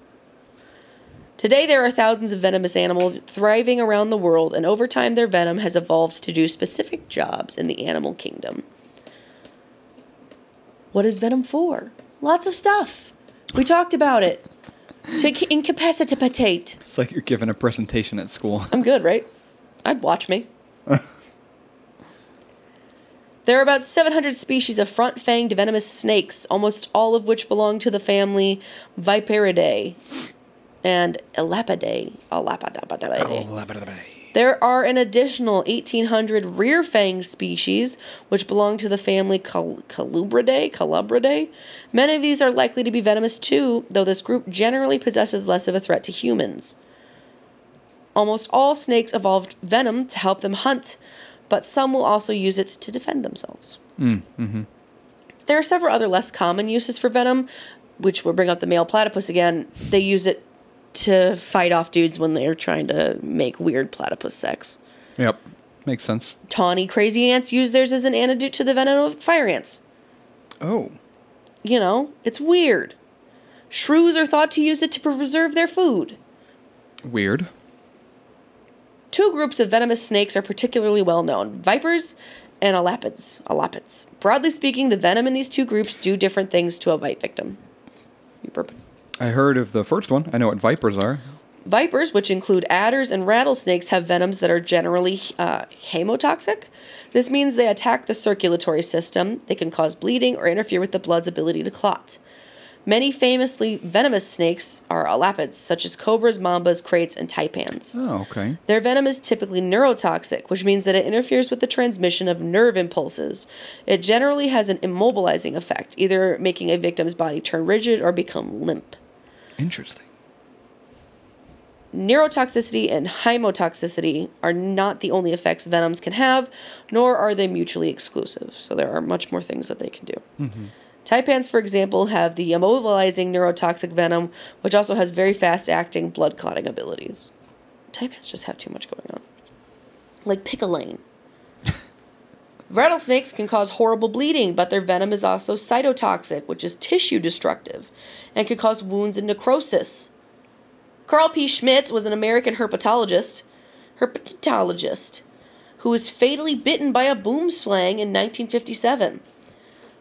[SPEAKER 1] Today, there are thousands of venomous animals thriving around the world, and over time, their venom has evolved to do specific jobs in the animal kingdom. What is venom for? Lots of stuff. We talked about it. To c- incapacitate.
[SPEAKER 2] It's like you're giving a presentation at school.
[SPEAKER 1] I'm good, right? I'd watch me. there are about 700 species of front fanged venomous snakes, almost all of which belong to the family Viperidae and Elapidae.
[SPEAKER 2] Oh,
[SPEAKER 1] Elapidae. There are an additional 1,800 rear fang species, which belong to the family Cal- Colubridae. Colubridae. Many of these are likely to be venomous too, though this group generally possesses less of a threat to humans. Almost all snakes evolved venom to help them hunt, but some will also use it to defend themselves. There are several other less common uses for venom, which will bring up the male platypus again. They use it to fight off dudes when they're trying to make weird platypus sex.
[SPEAKER 2] Yep, makes sense.
[SPEAKER 1] Tawny crazy ants use theirs as an antidote to the venom of fire ants.
[SPEAKER 2] Oh,
[SPEAKER 1] You know, it's weird. Shrews are thought to use it to preserve their food.
[SPEAKER 2] weird.
[SPEAKER 1] Two groups of venomous snakes are particularly well known vipers and alapids. alapids. Broadly speaking, the venom in these two groups do different things to a bite victim. You burping.
[SPEAKER 2] I heard of the first one. I know what vipers are.
[SPEAKER 1] Vipers, which include adders and rattlesnakes, have venoms that are generally uh, hemotoxic. This means they attack the circulatory system. They can cause bleeding or interfere with the blood's ability to clot. Many famously venomous snakes are elapids, such as cobras, mambas, crates, and taipans.
[SPEAKER 2] Oh, okay.
[SPEAKER 1] Their venom is typically neurotoxic, which means that it interferes with the transmission of nerve impulses. It generally has an immobilizing effect, either making a victim's body turn rigid or become limp.
[SPEAKER 2] Interesting.
[SPEAKER 1] Neurotoxicity and hemotoxicity are not the only effects venoms can have, nor are they mutually exclusive. So there are much more things that they can do. Taipans, for example, have the immobilizing neurotoxic venom, which also has very fast acting blood clotting abilities. Taipans just have too much going on. Like Piccolane. Rattlesnakes can cause horrible bleeding, but their venom is also cytotoxic, which is tissue destructive, and can cause wounds and necrosis. Carl P. Schmitz was an American herpetologist, herpetologist, who was fatally bitten by a boomslang in 1957.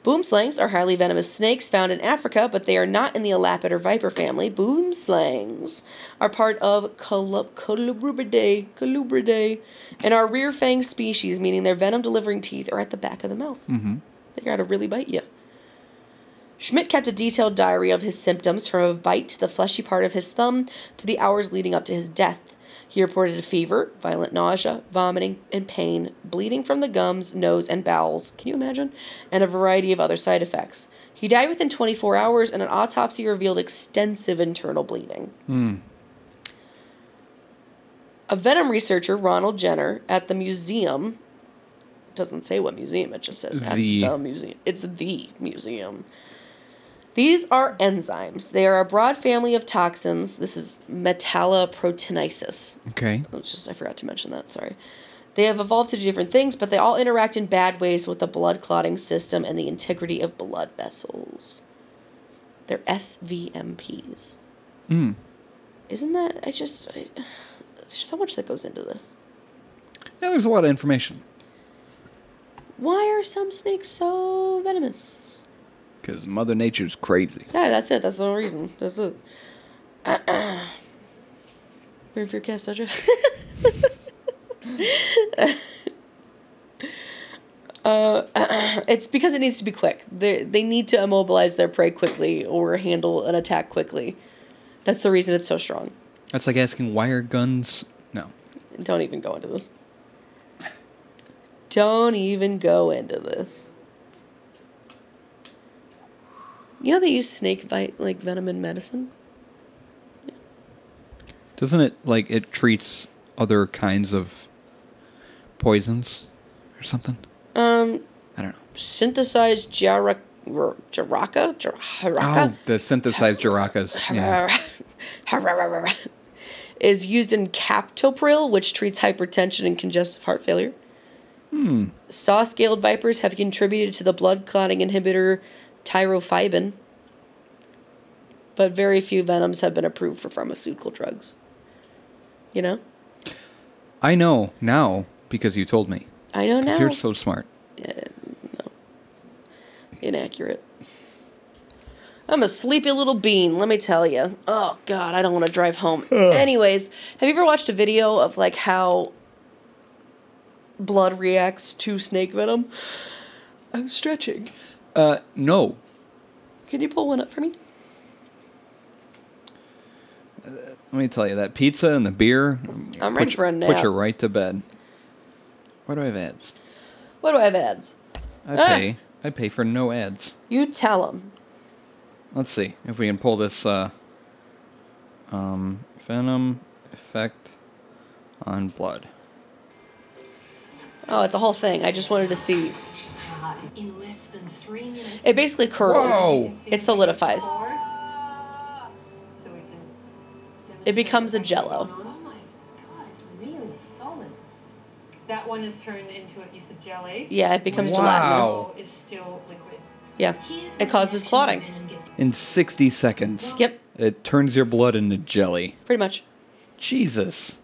[SPEAKER 1] Boomslangs are highly venomous snakes found in Africa, but they are not in the elapid or viper family. Boomslangs are part of Colu- Colubridae, Colubridae, and are rear fang species, meaning their venom delivering teeth are at the back of the mouth. Mm-hmm. They gotta really bite you. Schmidt kept a detailed diary of his symptoms from a bite to the fleshy part of his thumb to the hours leading up to his death. He reported a fever, violent nausea, vomiting, and pain, bleeding from the gums, nose, and bowels. Can you imagine? And a variety of other side effects. He died within 24 hours, and an autopsy revealed extensive internal bleeding. A venom researcher, Ronald Jenner, at the museum, doesn't say what museum, it just says at
[SPEAKER 2] The-
[SPEAKER 1] the museum. It's the museum. These are enzymes. They are a broad family of toxins. This is metalloproteinaceous.
[SPEAKER 2] Okay.
[SPEAKER 1] It's just I forgot to mention that. Sorry. They have evolved to do different things, but they all interact in bad ways with the blood clotting system and the integrity of blood vessels. They're SVMPs.
[SPEAKER 2] Mm.
[SPEAKER 1] Isn't that? I just. I, there's so much that goes into this.
[SPEAKER 2] Yeah, there's a lot of information
[SPEAKER 1] Why are some snakes so venomous?
[SPEAKER 2] because Mother Nature's crazy.
[SPEAKER 1] Yeah, that's it. That's the only reason. That's it. Remove your kiss, don't you? uh, it's because it needs to be quick. They they need to immobilize their prey quickly or handle an attack quickly. That's the reason it's so strong.
[SPEAKER 2] That's like asking why are guns? No.
[SPEAKER 1] Don't even go into this. Don't even go into this. You know they use snake bite like venom in medicine.
[SPEAKER 2] Doesn't it like it treats other kinds of poisons or something?
[SPEAKER 1] Um,
[SPEAKER 2] I don't know.
[SPEAKER 1] synthesized jaraka, jaraka, Jar-
[SPEAKER 2] Oh,
[SPEAKER 1] haraka,
[SPEAKER 2] the synthesized Jirakas. Yeah.
[SPEAKER 1] is used in captopril, which treats hypertension and congestive heart failure.
[SPEAKER 2] Hmm.
[SPEAKER 1] Saw scaled vipers have contributed to the blood clotting inhibitor tyrofibin, but very few venoms have been approved for pharmaceutical drugs. You know,
[SPEAKER 2] I know now because you told me.
[SPEAKER 1] I know now.
[SPEAKER 2] Because you're so smart.
[SPEAKER 1] inaccurate. I'm a sleepy little bean, let me tell you. Oh god, I don't want to drive home. Anyways, have you ever watched a video of like how blood reacts to snake venom? I'm stretching.
[SPEAKER 2] Uh, no.
[SPEAKER 1] Can you pull one up for me?
[SPEAKER 2] Let me tell you that pizza and the beer.
[SPEAKER 1] I'm
[SPEAKER 2] put
[SPEAKER 1] ready
[SPEAKER 2] you-
[SPEAKER 1] for a nap.
[SPEAKER 2] Put you right to bed. Why do I have ads?
[SPEAKER 1] What do I have ads?
[SPEAKER 2] I
[SPEAKER 1] Ah.
[SPEAKER 2] pay. I pay for no ads.
[SPEAKER 1] You tell them.
[SPEAKER 2] Let's see if we can pull this. Uh, um, venom effect on blood.
[SPEAKER 1] Oh, it's a whole thing. I just wanted to see.
[SPEAKER 3] In less than three minutes.
[SPEAKER 1] It basically curls.
[SPEAKER 2] Whoa.
[SPEAKER 1] It solidifies. It becomes a jello.
[SPEAKER 3] Oh my god, it's really solid.
[SPEAKER 4] That one is turned into adhesive jelly.
[SPEAKER 1] Yeah, it becomes
[SPEAKER 2] Wow.
[SPEAKER 1] gelatinous.
[SPEAKER 4] Yellow Is still liquid.
[SPEAKER 1] Yeah.
[SPEAKER 3] Here's
[SPEAKER 1] It
[SPEAKER 3] where
[SPEAKER 1] causes
[SPEAKER 3] the
[SPEAKER 1] clotting.
[SPEAKER 3] action venom gets
[SPEAKER 2] In 60 seconds.
[SPEAKER 1] Yep,
[SPEAKER 2] It turns your blood into jelly.
[SPEAKER 1] pretty much.
[SPEAKER 2] Jesus.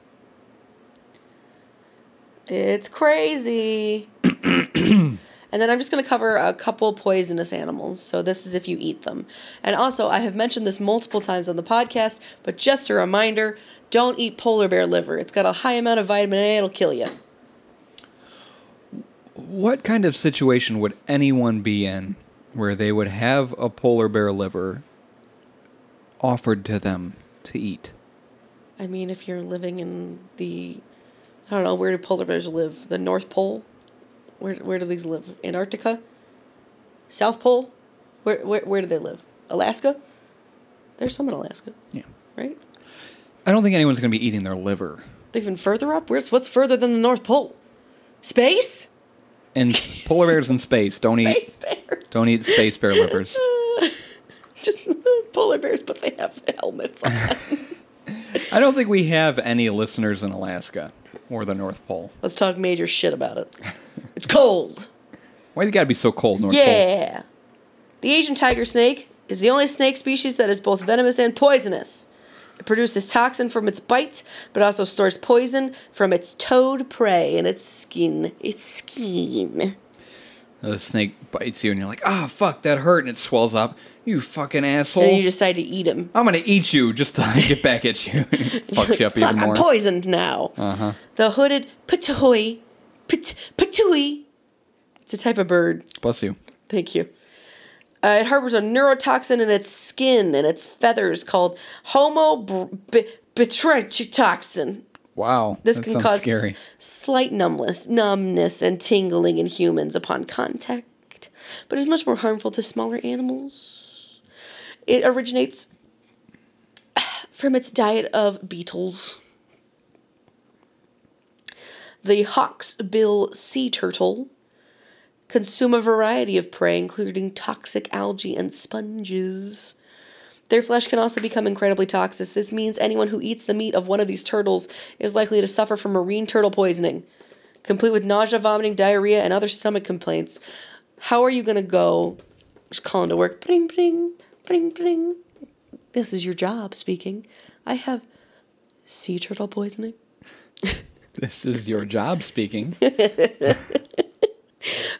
[SPEAKER 1] It's crazy. and then I'm just going to cover a couple poisonous animals. So this is if you eat them. And also, I have mentioned this multiple times on the podcast, but just a reminder don't eat polar bear liver. It's got a high amount of vitamin A, it'll kill you.
[SPEAKER 2] What kind of situation would anyone be in where they would have a polar bear liver offered to them to eat?
[SPEAKER 1] I mean, if you're living in the. I don't know, where do polar bears live? The North Pole? Where, where do these live? Antarctica? South Pole? Where, where, where do they live? Alaska? There's some in Alaska,
[SPEAKER 2] Yeah.
[SPEAKER 1] right?
[SPEAKER 2] I don't think anyone's going to be eating their liver.
[SPEAKER 1] Even further up? Where's what's further than the North Pole? Space?
[SPEAKER 2] And s- polar bears in space don't
[SPEAKER 1] Space
[SPEAKER 2] eat
[SPEAKER 1] bears.
[SPEAKER 2] Don't eat space bear livers.
[SPEAKER 1] Just the polar bears, but they have helmets on.
[SPEAKER 2] I don't think we have any listeners in Alaska or the North Pole.
[SPEAKER 1] Let's talk major shit about it. It's cold.
[SPEAKER 2] Why you gotta be so cold, North Pole?
[SPEAKER 1] Yeah. The Asian tiger snake is the only snake species that is both venomous and poisonous. It produces toxin from its bites, but also stores poison from its toad prey in its skin. Its skin.
[SPEAKER 2] The snake bites you and you're like, ah, fuck, that hurt, and it swells up. You fucking asshole.
[SPEAKER 1] And then you decide to eat him.
[SPEAKER 2] I'm gonna eat you just to get back at you. Fucks you up
[SPEAKER 1] Fuck,
[SPEAKER 2] even more.
[SPEAKER 1] I'm poisoned now.
[SPEAKER 2] Uh-huh.
[SPEAKER 1] The hooded patui. Pat- patui. It's a type of bird.
[SPEAKER 2] Bless you.
[SPEAKER 1] Thank you. Uh, it harbors a neurotoxin in its skin and its feathers called homo br- b- batritoxin.
[SPEAKER 2] Wow.
[SPEAKER 1] This
[SPEAKER 2] that
[SPEAKER 1] can
[SPEAKER 2] sounds
[SPEAKER 1] cause
[SPEAKER 2] scary.
[SPEAKER 1] slight numbness, numbness and tingling in humans upon contact, but is much more harmful to smaller animals. It originates from its diet of beetles. The hawksbill sea turtle consume a variety of prey, including toxic algae and sponges. Their flesh can also become incredibly toxic. This means anyone who eats the meat of one of these turtles is likely to suffer from marine turtle poisoning, complete with nausea, vomiting, diarrhea, and other stomach complaints. How are you gonna go? Just calling to work. Bring, bring, bring, bring. This is your job speaking. I have sea turtle poisoning.
[SPEAKER 2] This is your job speaking.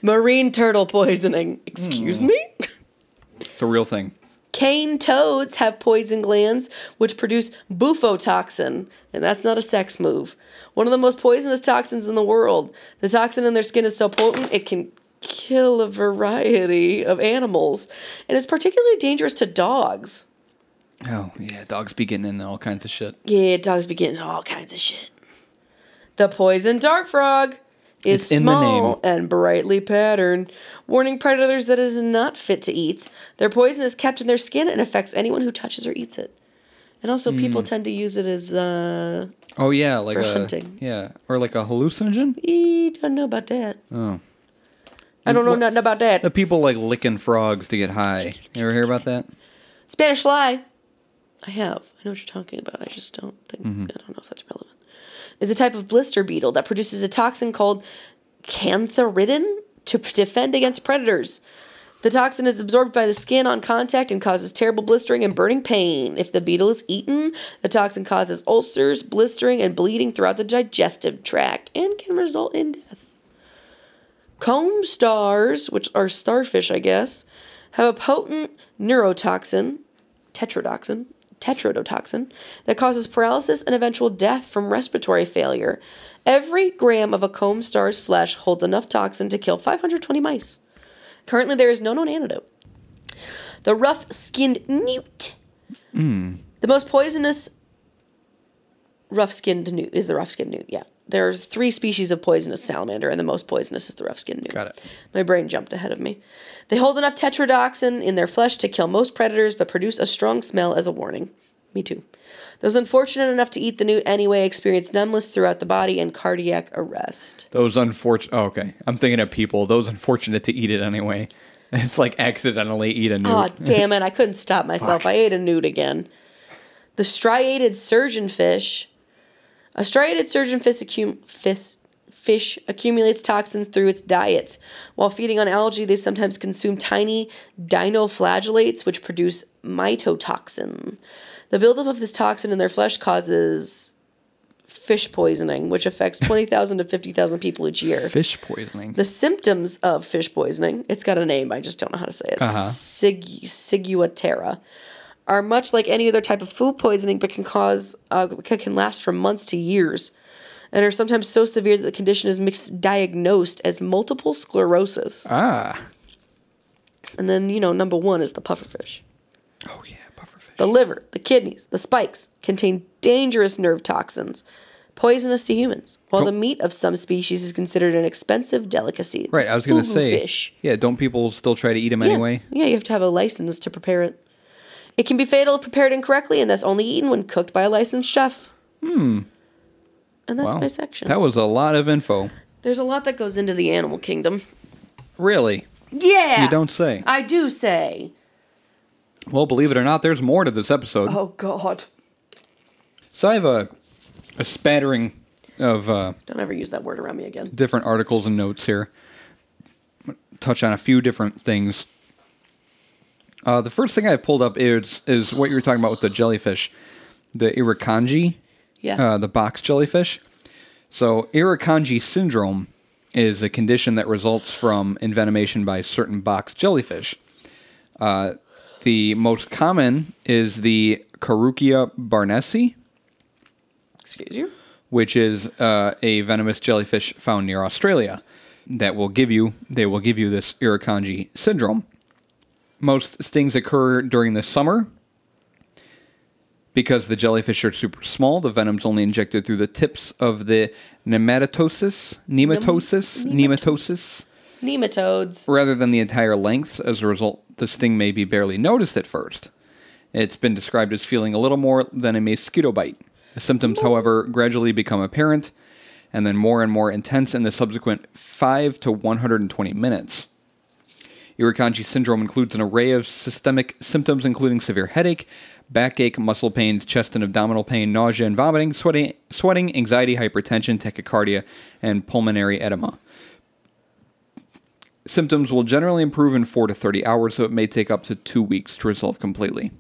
[SPEAKER 1] Marine turtle poisoning. Excuse me?
[SPEAKER 2] It's a real thing.
[SPEAKER 1] Cane toads have poison glands which produce bufotoxin, and that's not a sex move. One of the most poisonous toxins in the world. The toxin in their skin is so potent it can kill a variety of animals, and it's particularly dangerous to dogs.
[SPEAKER 2] Oh, yeah, dogs be getting into all kinds of shit.
[SPEAKER 1] Yeah, dogs be getting all kinds of shit. The poison dart frog is
[SPEAKER 2] It's in the
[SPEAKER 1] small and brightly patterned, warning predators that it is not fit to eat. Their poison is kept in their skin and affects anyone who touches or eats it. And also,
[SPEAKER 2] Hmm.
[SPEAKER 1] people tend to use it as uh,
[SPEAKER 2] Oh yeah, like
[SPEAKER 1] For
[SPEAKER 2] a
[SPEAKER 1] hunting.
[SPEAKER 2] yeah, or like a hallucinogen.
[SPEAKER 1] I don't know about that.
[SPEAKER 2] Oh,
[SPEAKER 1] I don't know
[SPEAKER 2] What-
[SPEAKER 1] nothing about that.
[SPEAKER 2] the people like licking frogs to get high. You ever hear about that?
[SPEAKER 1] Spanish fly. I have. I know what you're talking about. I just don't think. I don't know if that's relevant. Is a type of blister beetle that produces a toxin called cantharidin to p- defend against predators. The toxin is absorbed by the skin on contact and causes terrible blistering and burning pain. If the beetle is eaten, the toxin causes ulcers, blistering, and bleeding throughout the digestive tract and can result in death. Comb stars, which are starfish, I guess, have a potent neurotoxin, tetrodotoxin, tetrodotoxin, that causes paralysis and eventual death from respiratory failure. Every gram of a comb star's flesh holds enough toxin to kill 520 mice. Currently, there is no known antidote. The rough skinned newt.
[SPEAKER 2] Hmm.
[SPEAKER 1] The most poisonous rough skinned newt is the rough skinned newt, yeah. There's three species of poisonous salamander, and the most poisonous is the rough skinned newt.
[SPEAKER 2] Got it.
[SPEAKER 1] My brain jumped ahead of me. They hold enough tetrodotoxin in their flesh to kill most predators, but produce a strong smell as a warning. Me too. Those unfortunate enough to eat the newt anyway experience numbness throughout the body and cardiac arrest.
[SPEAKER 2] Those unfortunate. Oh, okay, I'm thinking of people. Those unfortunate to eat it anyway. It's like accidentally eat a newt.
[SPEAKER 1] Oh, damn it. I couldn't stop myself. I ate a newt again. The striated surgeonfish. A striated surgeonfish accum- fis- fish accumulates toxins through its diet. While feeding on algae, they sometimes consume tiny dinoflagellates, which produce mitotoxin. The buildup of this toxin in their flesh causes fish poisoning, which affects 20,000 to 50,000 people each year
[SPEAKER 2] Fish poisoning.
[SPEAKER 1] the symptoms of fish poisoning it's got a name i just don't know how to say it
[SPEAKER 2] Uh-huh.
[SPEAKER 1] Sig- siguatera are much like any other type of food poisoning but can cause uh, c- can last from months to years and are sometimes so severe that the condition is misdiagnosed as multiple sclerosis
[SPEAKER 2] ah.
[SPEAKER 1] and then you know number one is the pufferfish
[SPEAKER 2] Oh yeah, pufferfish.
[SPEAKER 1] the liver the kidneys the spikes contain dangerous nerve toxins poisonous to humans while the meat of some species is considered an expensive delicacy
[SPEAKER 2] right, I was gonna
[SPEAKER 1] Fugu
[SPEAKER 2] say.
[SPEAKER 1] fish.
[SPEAKER 2] Yeah, don't people still try to eat them
[SPEAKER 1] Yes.
[SPEAKER 2] anyway?
[SPEAKER 1] Yeah, you have to have a license to prepare it. It can be fatal if prepared incorrectly, and that's only eaten when cooked by a licensed chef. Hmm. And that's
[SPEAKER 2] Wow.
[SPEAKER 1] my section.
[SPEAKER 2] That was a lot of info.
[SPEAKER 1] There's a lot that goes into the animal kingdom.
[SPEAKER 2] Really?
[SPEAKER 1] Yeah.
[SPEAKER 2] You don't say.
[SPEAKER 1] I do say.
[SPEAKER 2] Well, believe it or not, there's more to this episode.
[SPEAKER 1] Oh God!
[SPEAKER 2] So I have a, a spattering of uh,
[SPEAKER 1] Don't ever use that word around me again.
[SPEAKER 2] different articles and notes here. Touch on a few different things. Uh, the first thing I've pulled up is is what you were talking about with the jellyfish, the irukandji,
[SPEAKER 1] Yeah.
[SPEAKER 2] uh, the box jellyfish. So irukandji syndrome is a condition that results from envenomation by certain box jellyfish. Uh, the most common is the Carukia barnesi,
[SPEAKER 1] Excuse you.
[SPEAKER 2] which is uh, a venomous jellyfish found near Australia that will give you they will give you this irukandji syndrome. Most stings occur during the summer because the jellyfish are super small. The venom's only injected through the tips of the nematosis, nematosis, nematosis,
[SPEAKER 1] Nematodes.
[SPEAKER 2] rather than the entire lengths. As a result, the sting may be barely noticed at first. It's been described as feeling a little more than a mosquito bite. The symptoms, however, gradually become apparent and then more and more intense in the subsequent 5 to 120 minutes. Irukandji syndrome includes an array of systemic symptoms, including severe headache, backache, muscle pains, chest and abdominal pain, nausea and vomiting, sweating, sweating anxiety, hypertension, tachycardia, and pulmonary edema. Symptoms will generally improve in 4 to 30 hours, so it may take up to two weeks to resolve completely.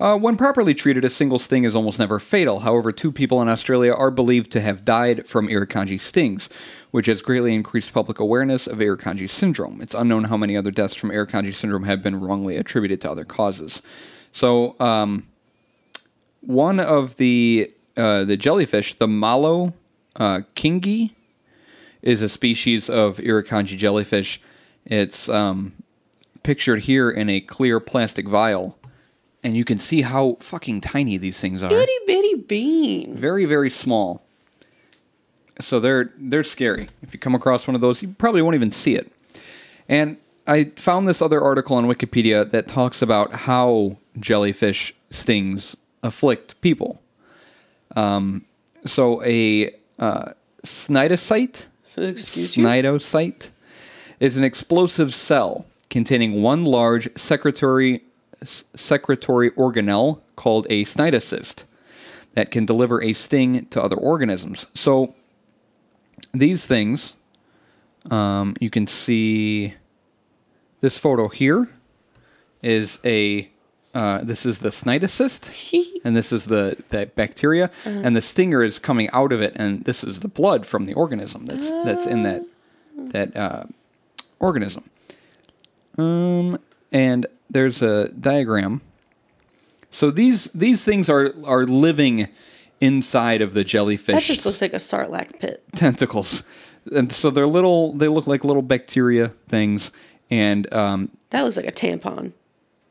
[SPEAKER 2] Uh, when properly treated, a single sting is almost never fatal. However, two people in Australia are believed to have died from irukandji stings, which has greatly increased public awareness of irukandji syndrome. It's unknown how many other deaths from irukandji syndrome have been wrongly attributed to other causes. So, um, one of the uh, the jellyfish, the malo uh, kingi, is a species of irukandji jellyfish. It's um, pictured here in a clear plastic vial, and you can see how fucking tiny these things are.
[SPEAKER 1] Bitty bitty bean.
[SPEAKER 2] Very, very small. So they're they're scary. If you come across one of those, you probably won't even see it. And I found this other article on Wikipedia that talks about how jellyfish stings afflict people. Um, so a uh, cnidocyte
[SPEAKER 1] Excuse you.
[SPEAKER 2] Cnidocyte is an explosive cell containing one large secretory s- secretory organelle called a cnidocyst that can deliver a sting to other organisms. So these things, um, you can see this photo here is a uh, this is the cnidocyst and this is the, the bacteria and the stinger is coming out of it and this is the blood from the organism that's that's in that
[SPEAKER 1] Ah.
[SPEAKER 2] that uh, organism um and there's a diagram so these these things are are living inside of the jellyfish
[SPEAKER 1] That just looks like a sarlacc pit.
[SPEAKER 2] tentacles and so they're little they look like little bacteria things and um,
[SPEAKER 1] That looks like a tampon.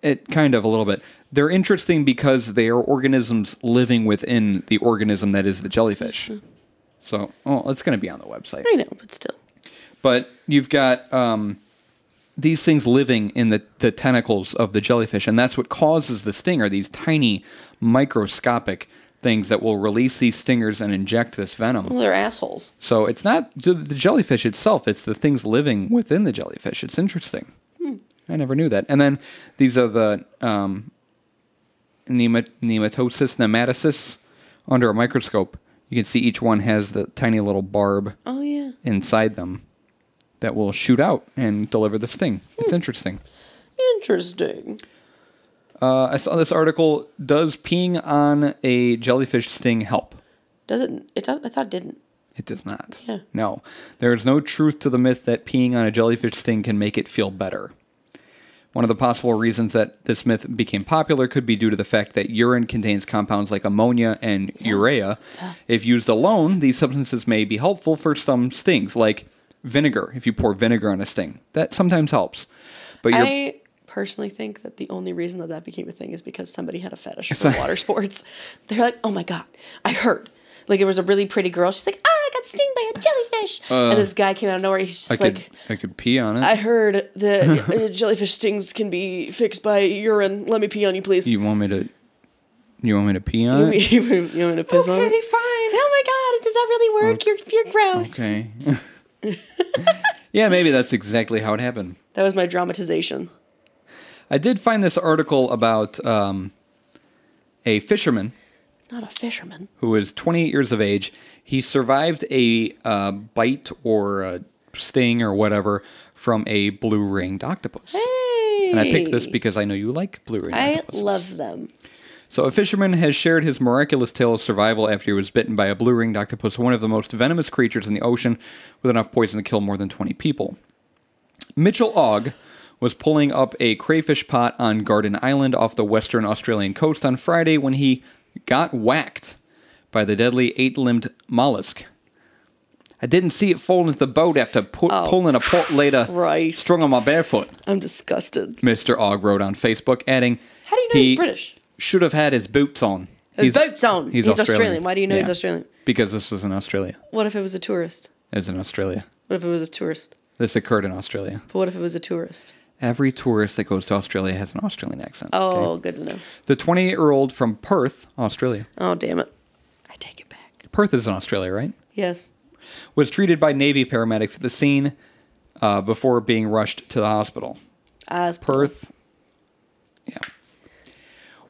[SPEAKER 2] it kind of a little bit. They're interesting because they are organisms living within the organism that is the jellyfish. So, oh, it's going to be on the website.
[SPEAKER 1] I know, but still.
[SPEAKER 2] But you've got um, these things living in the, the tentacles of the jellyfish, and that's what causes the sting. Are these tiny, microscopic things that will release these stingers and inject this venom?
[SPEAKER 1] Well, they're assholes.
[SPEAKER 2] So it's not the the jellyfish itself; it's the things living within the jellyfish. It's interesting. I never knew that. And then these are the um, nemat- nematosis, nematosis under a microscope. You can see each one has the tiny little barb
[SPEAKER 1] Oh yeah.
[SPEAKER 2] inside them that will shoot out and deliver the sting. It's interesting.
[SPEAKER 1] Interesting.
[SPEAKER 2] Uh, I saw this article. Does peeing on a jellyfish sting help?
[SPEAKER 1] Does it? It does, I thought it didn't.
[SPEAKER 2] It does not.
[SPEAKER 1] Yeah.
[SPEAKER 2] No. There is no truth to the myth that peeing on a jellyfish sting can make it feel better. One of the possible reasons that this myth became popular could be due to the fact that urine contains compounds like ammonia and urea. If used alone, these substances may be helpful for some stings, like vinegar. If you pour vinegar on a sting, that sometimes helps. But you're
[SPEAKER 1] I personally think that the only reason that that became a thing is because somebody had a fetish for water sports. They're like, oh my god, I heard. Like it was a really pretty girl. She's like, ah, I got stung by a jellyfish. and this guy came out of nowhere. He's just
[SPEAKER 2] Uh, I could
[SPEAKER 1] like,
[SPEAKER 2] I could pee on it.
[SPEAKER 1] I heard that uh, jellyfish stings can be fixed by urine. Let me pee on you, please.
[SPEAKER 2] you want me to? You want me to pee on it?
[SPEAKER 1] you want me to piss on
[SPEAKER 2] Okay,
[SPEAKER 1] it? fine. Oh my god, does that really work? You're you're gross. Okay.
[SPEAKER 2] Yeah, maybe that's exactly how it happened.
[SPEAKER 1] That was my dramatization.
[SPEAKER 2] I did find this article about um, a fisherman
[SPEAKER 1] Not a fisherman.
[SPEAKER 2] who is 28 years of age. He survived a uh, bite or a sting or whatever from a blue ringed octopus.
[SPEAKER 1] Hey.
[SPEAKER 2] And I picked this because I know you like blue ringed
[SPEAKER 1] I
[SPEAKER 2] octopuses.
[SPEAKER 1] love them.
[SPEAKER 2] So, a fisherman has shared his miraculous tale of survival after he was bitten by a blue ringed octopus, one of the most venomous creatures in the ocean, with enough poison to kill more than 20 people. Mitchell Ogg was pulling up a crayfish pot on Garden Island off the western Australian coast on Friday when he got whacked by the deadly eight limbed mollusk. I didn't see it fall into the boat after pu- pulling a pot later
[SPEAKER 1] Christ.
[SPEAKER 2] strung on my barefoot,
[SPEAKER 1] I'm disgusted.
[SPEAKER 2] Mr. Ogg wrote on Facebook, adding,
[SPEAKER 1] How do you know he's
[SPEAKER 2] "He
[SPEAKER 1] British?
[SPEAKER 2] should have had his boots on.
[SPEAKER 1] His boots on. He's Australian. Why do you know he's
[SPEAKER 2] Yeah.
[SPEAKER 1] Australian?
[SPEAKER 2] Because this was in Australia.
[SPEAKER 1] What if it was a tourist?
[SPEAKER 2] It's in Australia.
[SPEAKER 1] What if it was a tourist?
[SPEAKER 2] This occurred in Australia.
[SPEAKER 1] But what if it was a tourist?
[SPEAKER 2] Every tourist that goes to Australia has an Australian accent.
[SPEAKER 1] Oh,
[SPEAKER 2] okay?
[SPEAKER 1] good to know.
[SPEAKER 2] The 28 year old from Perth, Australia.
[SPEAKER 1] Oh, damn it. I take it back.
[SPEAKER 2] Perth is in Australia, right?
[SPEAKER 1] Yes.
[SPEAKER 2] Was treated by Navy paramedics at the scene uh, before being rushed to the hospital.
[SPEAKER 1] As
[SPEAKER 2] Perth. Yeah.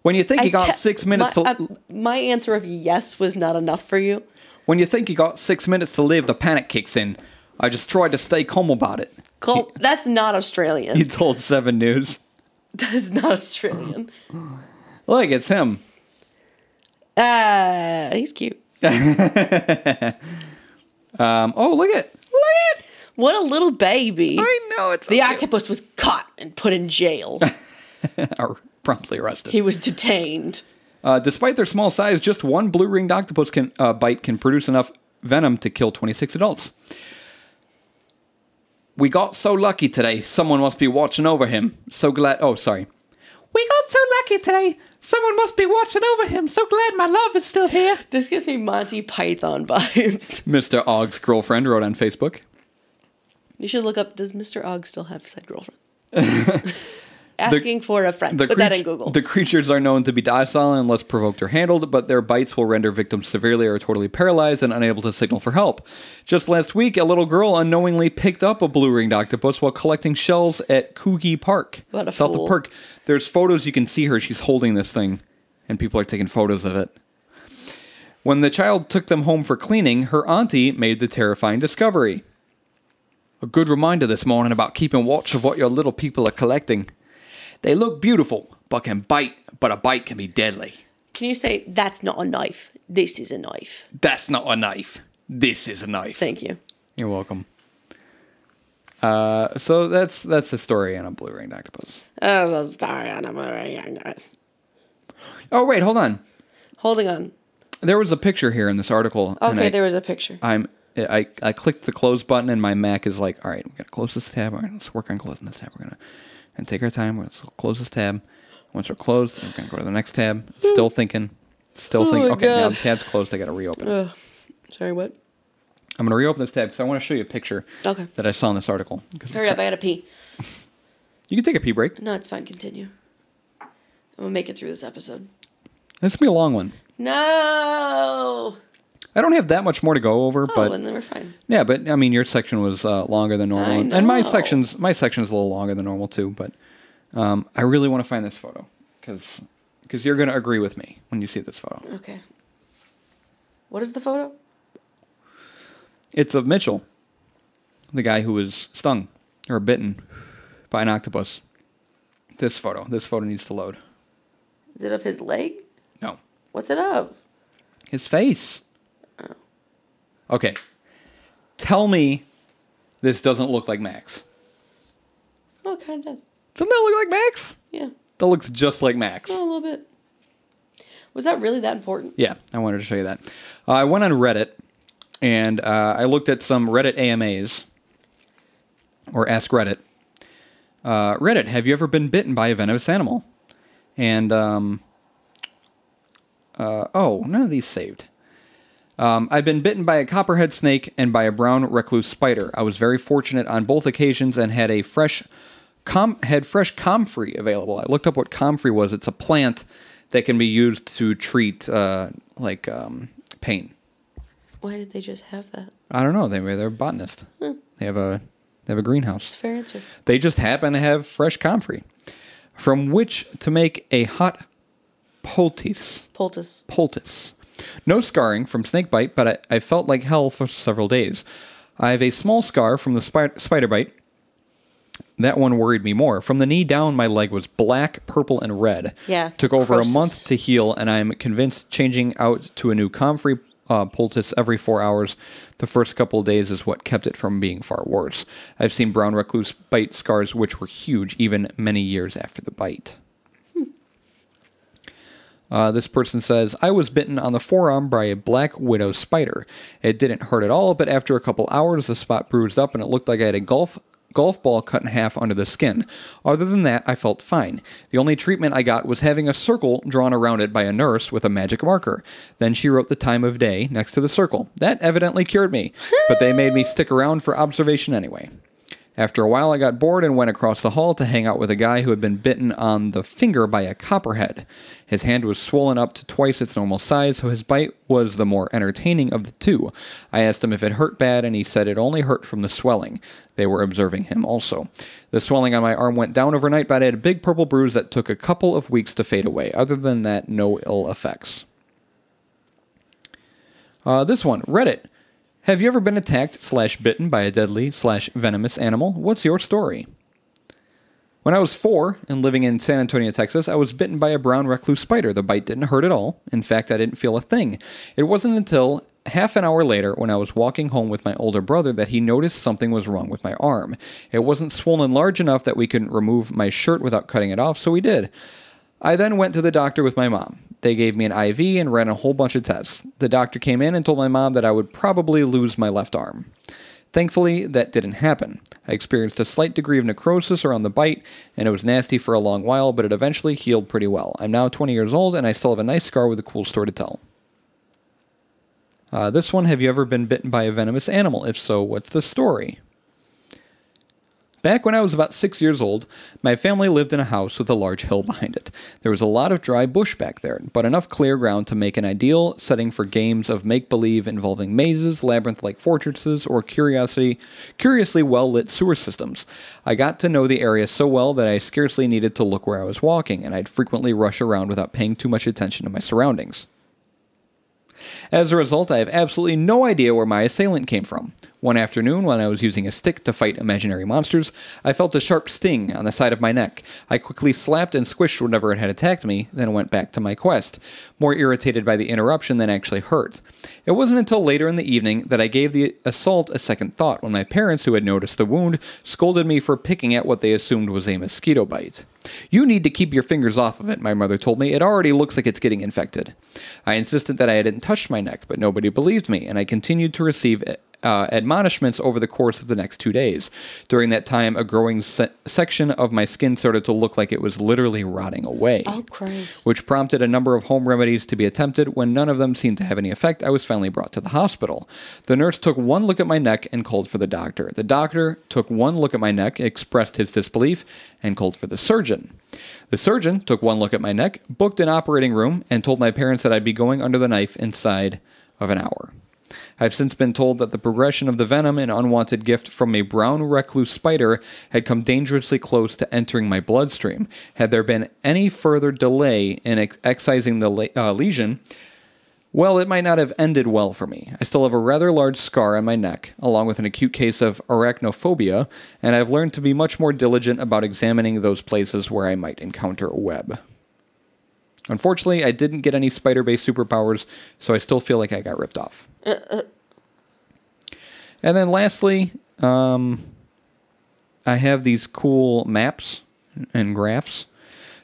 [SPEAKER 2] When you think he got six minutes
[SPEAKER 1] my,
[SPEAKER 2] to.
[SPEAKER 1] I- my answer of yes was not enough for you.
[SPEAKER 2] When you think you got six minutes to live, the panic kicks in. I just tried to stay calm about it.
[SPEAKER 1] Col- that's not Australian.
[SPEAKER 2] He told Seven News.
[SPEAKER 1] that is not Australian.
[SPEAKER 2] Look, it's him.
[SPEAKER 1] Ah, he's cute.
[SPEAKER 2] Um, oh, look at look at.
[SPEAKER 1] What a little baby.
[SPEAKER 2] I know it's
[SPEAKER 1] The octopus was caught and put in jail.
[SPEAKER 2] are promptly arrested.
[SPEAKER 1] he was detained.
[SPEAKER 2] Uh, despite their small size, just one blue ringed octopus can uh, bite can produce enough venom to kill 26 adults. We got so lucky today. Someone must be watching over him. So glad. Oh, sorry. We got so lucky today. Someone must be watching over him. So glad my love is still here.
[SPEAKER 1] This gives me Monty Python vibes.
[SPEAKER 2] Mr. Ogg's girlfriend wrote on Facebook.
[SPEAKER 1] You should look up. Does Mr. Og still have said girlfriend? Asking for a friend. Put that in
[SPEAKER 2] creat-
[SPEAKER 1] Google.
[SPEAKER 2] The creatures are known to be docile unless provoked or handled, but their bites will render victims severely or totally paralyzed and unable to signal for help. Just last week, a little girl unknowingly picked up a blue ringed octopus while collecting shells at Coogee Park,
[SPEAKER 1] What a
[SPEAKER 2] south
[SPEAKER 1] fool.
[SPEAKER 2] of Park. There's photos you can see her. She's holding this thing, and people are taking photos of it. When the child took them home for cleaning, her auntie made the terrifying discovery. A good reminder this morning about keeping watch of what your little people are collecting. They look beautiful, but can bite, but a bite can be deadly.
[SPEAKER 1] Can you say that's not a knife? This is a knife.
[SPEAKER 2] That's not a knife. This is a knife.
[SPEAKER 1] Thank you.
[SPEAKER 2] You're welcome. Uh, so that's that's the story on a blue ringed octopus.
[SPEAKER 1] Oh, sorry, I'm not very young, guys.
[SPEAKER 2] Oh wait, hold on.
[SPEAKER 1] Holding on.
[SPEAKER 2] There was a picture here in this article. and
[SPEAKER 1] Okay,
[SPEAKER 2] I,
[SPEAKER 1] there was a picture.
[SPEAKER 2] I'm I, I clicked the close button and my Mac is like, all right, we gotta close this tab. All right, let's work on closing this tab. We're gonna and take our time. Let's close this tab. Once we're closed, we're gonna go to the next tab. Still thinking, still thinking.
[SPEAKER 1] Oh my
[SPEAKER 2] Okay, now
[SPEAKER 1] God.
[SPEAKER 2] the tab's closed. I gotta reopen. it.
[SPEAKER 1] Sorry, what?
[SPEAKER 2] I'm going to reopen this tab because I want to show you a picture
[SPEAKER 1] Okay.
[SPEAKER 2] that I saw in this article. 'Cause
[SPEAKER 1] Hurry up, I gotta pee.
[SPEAKER 2] You can take a pee break.
[SPEAKER 1] No, it's fine. Continue. I'm gonna make it through this episode.
[SPEAKER 2] This will be a long one.
[SPEAKER 1] No.
[SPEAKER 2] I don't have that much more to go over,
[SPEAKER 1] Oh,
[SPEAKER 2] but
[SPEAKER 1] and then we're fine.
[SPEAKER 2] yeah, but I mean, your section was uh, longer than normal,
[SPEAKER 1] I
[SPEAKER 2] and- and my
[SPEAKER 1] know.
[SPEAKER 2] section's my section's a little longer than normal too. But um, I really want to find this photo because because you're going to agree with me when you see this photo.
[SPEAKER 1] Okay. What is the photo?
[SPEAKER 2] It's of Mitchell, the guy who was stung or bitten by an octopus. This photo. This photo needs to load.
[SPEAKER 1] Is it of his leg?
[SPEAKER 2] No.
[SPEAKER 1] What's it of?
[SPEAKER 2] His face. Okay. Tell me this doesn't look like Max.
[SPEAKER 1] Oh, it kind of does.
[SPEAKER 2] Doesn't that look like Max?
[SPEAKER 1] Yeah.
[SPEAKER 2] That looks just like Max.
[SPEAKER 1] Oh, a little bit. Was that really that important?
[SPEAKER 2] Yeah, I wanted to show you that. Uh, I went on Reddit and uh, I looked at some Reddit AMAs or Ask Reddit. Uh, Reddit, have you ever been bitten by a venomous animal? And, um, uh, oh, none of these saved. Um, I've been bitten by a copperhead snake and by a brown recluse spider. I was very fortunate on both occasions and had a fresh com- had fresh comfrey available. I looked up what comfrey was. It's a plant that can be used to treat uh, like um, pain.
[SPEAKER 1] Why did they just have that?
[SPEAKER 2] I don't know. They, they're a botanist. They have a They have a greenhouse.
[SPEAKER 1] It's a fair answer.
[SPEAKER 2] They just happen to have fresh comfrey, from which to make a hot poultice.
[SPEAKER 1] Poultice.
[SPEAKER 2] Poultice. No scarring from snake bite, but I, I felt like hell for several days. I have a small scar from the spi- spider bite. That one worried me more. From the knee down, my leg was black, purple, and red.
[SPEAKER 1] Yeah,
[SPEAKER 2] Took over a month
[SPEAKER 1] crosses.
[SPEAKER 2] to heal, and I am convinced changing out to a new comfrey uh, poultice every four hours the first couple of days is what kept it from being far worse. I've seen brown recluse bite scars which were huge even many years after the bite. Uh, this person says, I was bitten on the forearm by a black widow spider. It didn't hurt at all, but after a couple hours, the spot bruised up and it looked like I had a golf golf ball cut in half under the skin. Other than that, I felt fine. The only treatment I got was having a circle drawn around it by a nurse with a magic marker. Then she wrote the time of day next to the circle. That evidently cured me, but they made me stick around for observation anyway. After a while, I got bored and went across the hall to hang out with a guy who had been bitten on the finger by a copperhead. His hand was swollen up to twice its normal size, so his bite was the more entertaining of the two. I asked him if it hurt bad, and he said it only hurt from the swelling. They were observing him also. The swelling on my arm went down overnight, but I had a big purple bruise that took a couple of weeks to fade away. Other than that, no ill effects. Uh, this one, Reddit. Have you ever been attacked slash bitten by a deadly slash venomous animal? What's your story? When I was four and living in San Antonio, Texas, I was bitten by a brown recluse spider. The bite didn't hurt at all. In fact, I didn't feel a thing. It wasn't until half an hour later when I was walking home with my older brother that he noticed something was wrong with my arm. It wasn't swollen large enough that we couldn't remove my shirt without cutting it off, so we did. I then went to the doctor with my mom. They gave me an IV and ran a whole bunch of tests. The doctor came in and told my mom that I would probably lose my left arm. Thankfully, that didn't happen. I experienced a slight degree of necrosis around the bite, and it was nasty for a long while, but it eventually healed pretty well. I'm now 20 years old, and I still have a nice scar with a cool story to tell. Uh, this one Have you ever been bitten by a venomous animal? If so, what's the story? Back when I was about six years old, my family lived in a house with a large hill behind it. There was a lot of dry bush back there, but enough clear ground to make an ideal setting for games of make believe involving mazes, labyrinth like fortresses, or curiosity, curiously well lit sewer systems. I got to know the area so well that I scarcely needed to look where I was walking, and I'd frequently rush around without paying too much attention to my surroundings. As a result, I have absolutely no idea where my assailant came from. One afternoon, when I was using a stick to fight imaginary monsters, I felt a sharp sting on the side of my neck. I quickly slapped and squished whatever it had attacked me, then went back to my quest, more irritated by the interruption than actually hurt. It wasn't until later in the evening that I gave the assault a second thought when my parents, who had noticed the wound, scolded me for picking at what they assumed was a mosquito bite. You need to keep your fingers off of it, my mother told me. It already looks like it's getting infected. I insisted that I hadn't touched my neck, but nobody believed me, and I continued to receive uh, admonishments over the course of the next two days. During that time, a growing se- section of my skin started to look like it was literally rotting away
[SPEAKER 1] Oh, Christ.
[SPEAKER 2] which prompted a number of home remedies to be attempted. When none of them seemed to have any effect, I was finally brought to the hospital. The nurse took one look at my neck and called for the doctor. The doctor took one look at my neck, expressed his disbelief, and called for the surgeon. The surgeon took one look at my neck, booked an operating room, and told my parents that I'd be going under the knife inside of an hour. I've since been told that the progression of the venom, an unwanted gift from a brown recluse spider, had come dangerously close to entering my bloodstream. Had there been any further delay in ex- excising the le- uh, lesion, well, it might not have ended well for me. I still have a rather large scar on my neck, along with an acute case of arachnophobia, and I've learned to be much more diligent about examining those places where I might encounter a web. Unfortunately, I didn't get any spider based superpowers, so I still feel like I got ripped off. And then lastly, um, I have these cool maps and graphs.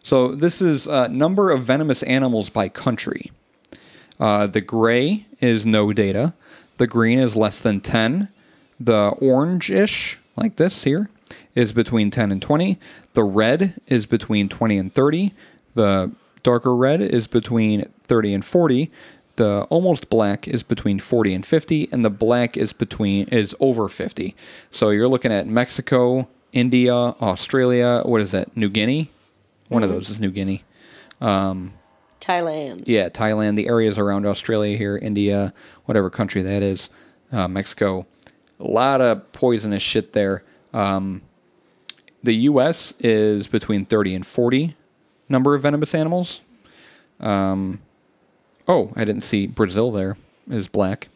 [SPEAKER 2] So this is uh, number of venomous animals by country. Uh, the gray is no data. The green is less than 10. The orange ish, like this here, is between 10 and 20. The red is between 20 and 30. The darker red is between 30 and 40. The almost black is between 40 and 50, and the black is between is over 50. So you're looking at Mexico, India, Australia. What is that? New Guinea. One of those is New Guinea.
[SPEAKER 1] Thailand.
[SPEAKER 2] Yeah, Thailand, the areas around Australia here, India, whatever country that is, uh, Mexico. A lot of poisonous shit there. the U.S. is between 30 and 40 number of venomous animals. Um, oh, I didn't see Brazil there is black.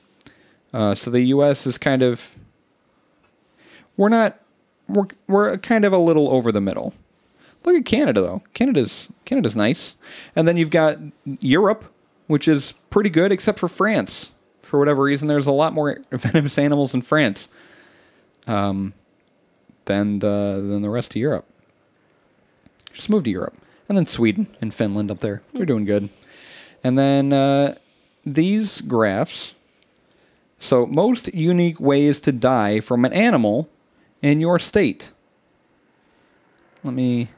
[SPEAKER 2] Uh, so the U.S. is kind of we're not we're we're kind of a little over the middle. Look at Canada though. Canada's Canada's nice, and then you've got Europe, which is pretty good except for France. For whatever reason, there's a lot more venomous animals in France um, than the than the rest of Europe. Just move to Europe, and then Sweden and Finland up there. They're doing good. And then uh, these graphs. So most unique ways to die from an animal in your state. Let me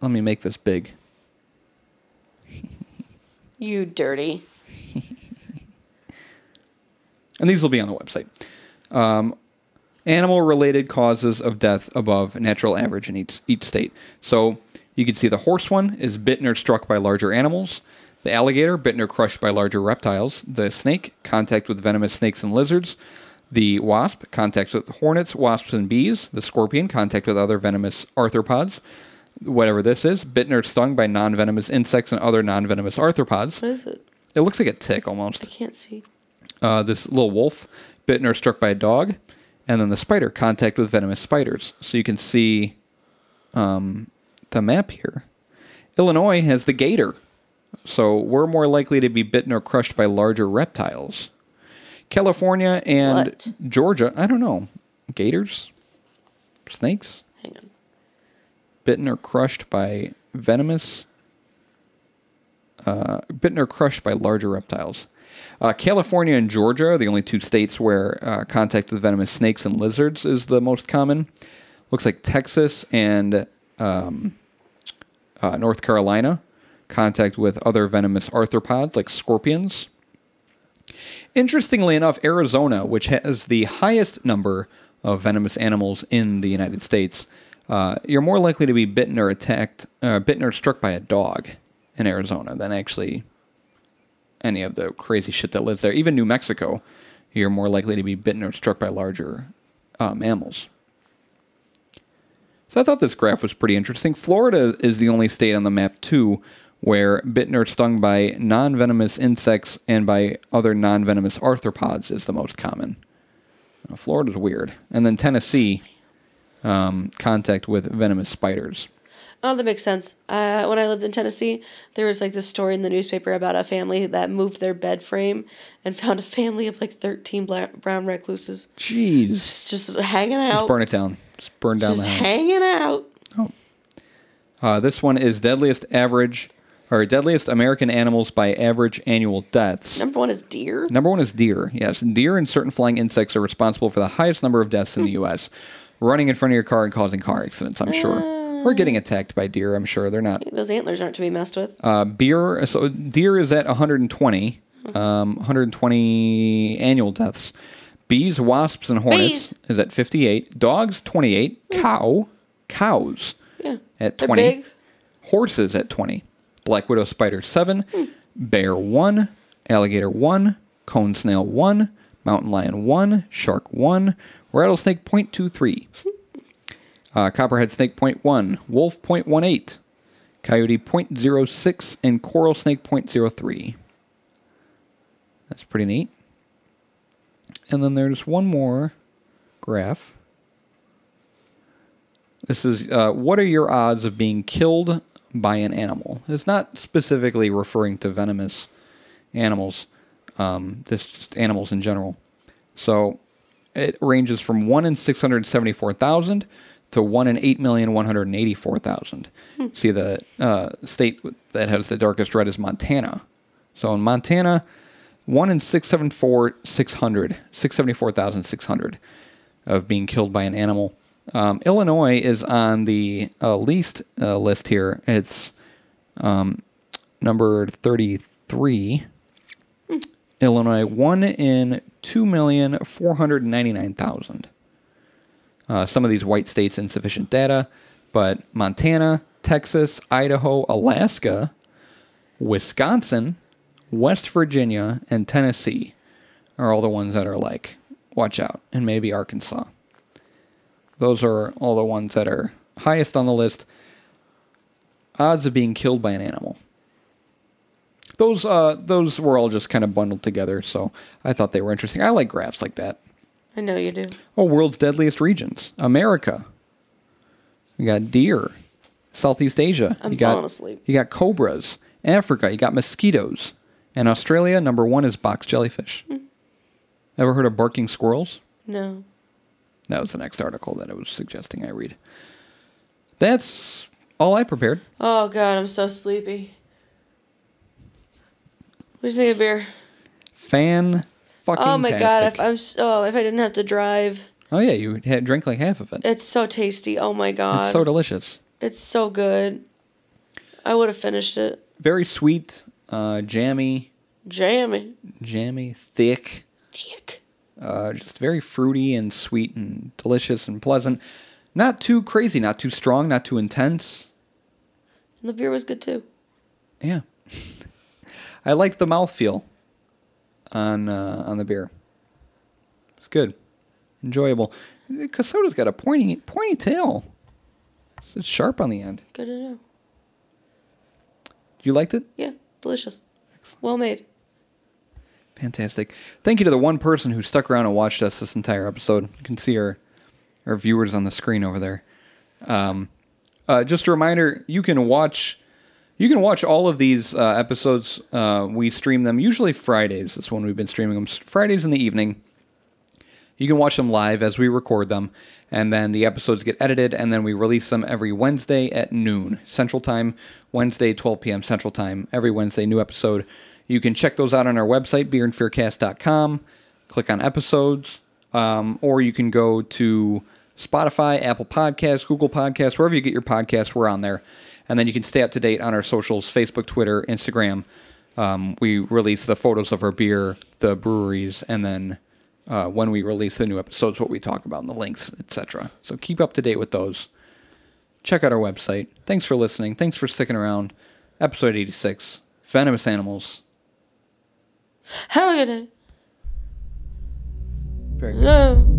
[SPEAKER 2] let me make this big.
[SPEAKER 1] You dirty.
[SPEAKER 2] and these will be on the website. Um, animal related causes of death above natural average in each, each state. So you can see the horse one is bitten or struck by larger animals, the alligator, bitten or crushed by larger reptiles, the snake, contact with venomous snakes and lizards, the wasp, contact with hornets, wasps, and bees, the scorpion, contact with other venomous arthropods. Whatever this is, bitten or stung by non venomous insects and other non venomous arthropods.
[SPEAKER 1] What is it?
[SPEAKER 2] It looks like a tick almost
[SPEAKER 1] I can't see.
[SPEAKER 2] uh, this little wolf bitten or struck by a dog, and then the spider contact with venomous spiders. So you can see um, the map here. Illinois has the gator, so we're more likely to be bitten or crushed by larger reptiles. California and
[SPEAKER 1] What?
[SPEAKER 2] Georgia, I don't know, gators, snakes,
[SPEAKER 1] Hang on.
[SPEAKER 2] bitten or crushed by venomous, uh, bitten or crushed by larger reptiles. Uh, California and Georgia are the only two states where uh, contact with venomous snakes and lizards is the most common. Looks like Texas and um, uh, North Carolina contact with other venomous arthropods like scorpions. Interestingly enough, Arizona, which has the highest number of venomous animals in the United States, uh, you're more likely to be bitten or attacked, uh, bitten or struck by a dog in Arizona than actually any of the crazy shit that lives there. Even New Mexico, you're more likely to be bitten or struck by larger uh, mammals. So I thought this graph was pretty interesting. Florida is the only state on the map too where bitten or stung by non-venomous insects and by other non-venomous arthropods is the most common. Uh, Florida's weird, and then Tennessee, um, contact with venomous spiders.
[SPEAKER 1] Oh, that makes sense. Uh, when I lived in Tennessee, there was like this story in the newspaper about a family that moved their bed frame and found a family of like 13 bla- brown recluses
[SPEAKER 2] Jeez,
[SPEAKER 1] It's just hanging out.
[SPEAKER 2] just burn it down. Just burn down
[SPEAKER 1] just
[SPEAKER 2] the house.
[SPEAKER 1] hanging out.
[SPEAKER 2] Uh, this one is deadliest average, or deadliest American animals by average annual deaths.
[SPEAKER 1] Number one is deer.
[SPEAKER 2] Number one is deer. Yes, deer and certain flying insects are responsible for the highest number of deaths in
[SPEAKER 1] Hmm.
[SPEAKER 2] the U.S. Running in front of your car and causing car accidents. I'm sure.
[SPEAKER 1] Ah.
[SPEAKER 2] Or getting attacked by deer. I'm sure they're not.
[SPEAKER 1] Those antlers aren't to be messed with.
[SPEAKER 2] Uh, beer. So deer is at 120.
[SPEAKER 1] Mm-hmm.
[SPEAKER 2] Um, 120 annual deaths. Bees, wasps, and hornets
[SPEAKER 1] Bees.
[SPEAKER 2] is at 58. Dogs 28. Cow. Cows
[SPEAKER 1] yeah.
[SPEAKER 2] at
[SPEAKER 1] They're
[SPEAKER 2] 20.
[SPEAKER 1] big.
[SPEAKER 2] Horses at 20. Black widow spider 7. Bear 1. Alligator 1. Cone snail 1. Mountain lion 1. Shark 1. Rattlesnake 0.23. Uh, copperhead snake 0.1. Wolf 0.18. Coyote 0.06. And coral snake 0.03. That's pretty neat. And then there's one more graph. This is uh, what are your odds of being killed by an animal? It's not specifically referring to venomous animals. Um, this just animals in general. So it ranges from one in six hundred seventy-four thousand to one in eight million one hundred eighty-four thousand. See the uh, state that has the darkest red is Montana. So in Montana, one in six seven four six hundred six seventy-four thousand six hundred of being killed by an animal. Um, Illinois is on the uh, least uh, list here. It's um, number 33. Illinois, 1 in 2,499,000. Uh, some of these white states insufficient data, but Montana, Texas, Idaho, Alaska, Wisconsin, West Virginia, and Tennessee are all the ones that are like, watch out, and maybe Arkansas. Those are all the ones that are highest on the list. Odds of being killed by an animal. Those uh, those were all just kind of bundled together, so I thought they were interesting. I like graphs like that.
[SPEAKER 1] I know you do.
[SPEAKER 2] Oh, world's deadliest regions. America. We got deer. Southeast Asia.
[SPEAKER 1] I'm
[SPEAKER 2] you got,
[SPEAKER 1] falling asleep.
[SPEAKER 2] You got cobras. Africa. You got mosquitoes. And Australia, number one is box jellyfish.
[SPEAKER 1] Hmm.
[SPEAKER 2] Ever heard of barking squirrels?
[SPEAKER 1] No.
[SPEAKER 2] That was the next article that I was suggesting I read. That's all I prepared.
[SPEAKER 1] Oh god, I'm so sleepy. We just need a beer.
[SPEAKER 2] Fan fucking
[SPEAKER 1] Oh my god, if I'm s- oh if I didn't have to drive,
[SPEAKER 2] Oh yeah, you had drank like half of it.
[SPEAKER 1] it's so tasty. Oh my god,
[SPEAKER 2] It's so delicious.
[SPEAKER 1] it's so good. I would have finished it.
[SPEAKER 2] Very sweet, uh, jammy,
[SPEAKER 1] Jammy,
[SPEAKER 2] jammy, thick.
[SPEAKER 1] Dick.
[SPEAKER 2] uh, just very fruity and sweet and delicious and pleasant. Not too crazy, not too strong, not too intense.
[SPEAKER 1] And the beer was good too.
[SPEAKER 2] Yeah, I liked the mouthfeel on uh, on the beer. It's good, enjoyable. Because soda's got a pointy pointy tail. It's sharp on the end.
[SPEAKER 1] Good to know.
[SPEAKER 2] You liked it?
[SPEAKER 1] Yeah, delicious. Well made.
[SPEAKER 2] Fantastic. Thank you to the one person who stuck around and watched us this entire episode. You can see our our viewers on the screen over there. Um, uh, just a reminder: you can watch you can watch all of these uh, episodes. Uh, we stream them usually Fridays. Is when we've been streaming them s- Fridays in the evening. You can watch them live as we record them, and then the episodes get edited, and then we release them every Wednesday at noon Central Time, Wednesday, 12 p.m. Central Time. Every Wednesday, new episode. You can check those out on our website, beerandfearcast.com. Click on episodes, um, or you can go to Spotify, Apple Podcasts, Google Podcasts, wherever you get your podcasts, we're on there. And then you can stay up to date on our socials Facebook, Twitter, Instagram. Um, we release the photos of our beer, the breweries, and then uh, when we release the new episodes, what we talk about, and the links, etc. So keep up to date with those. Check out our website. Thanks for listening. Thanks for sticking around. Episode 86 Venomous Animals.
[SPEAKER 1] Have a good day.
[SPEAKER 2] Very good.
[SPEAKER 1] Oh.
[SPEAKER 3] Oh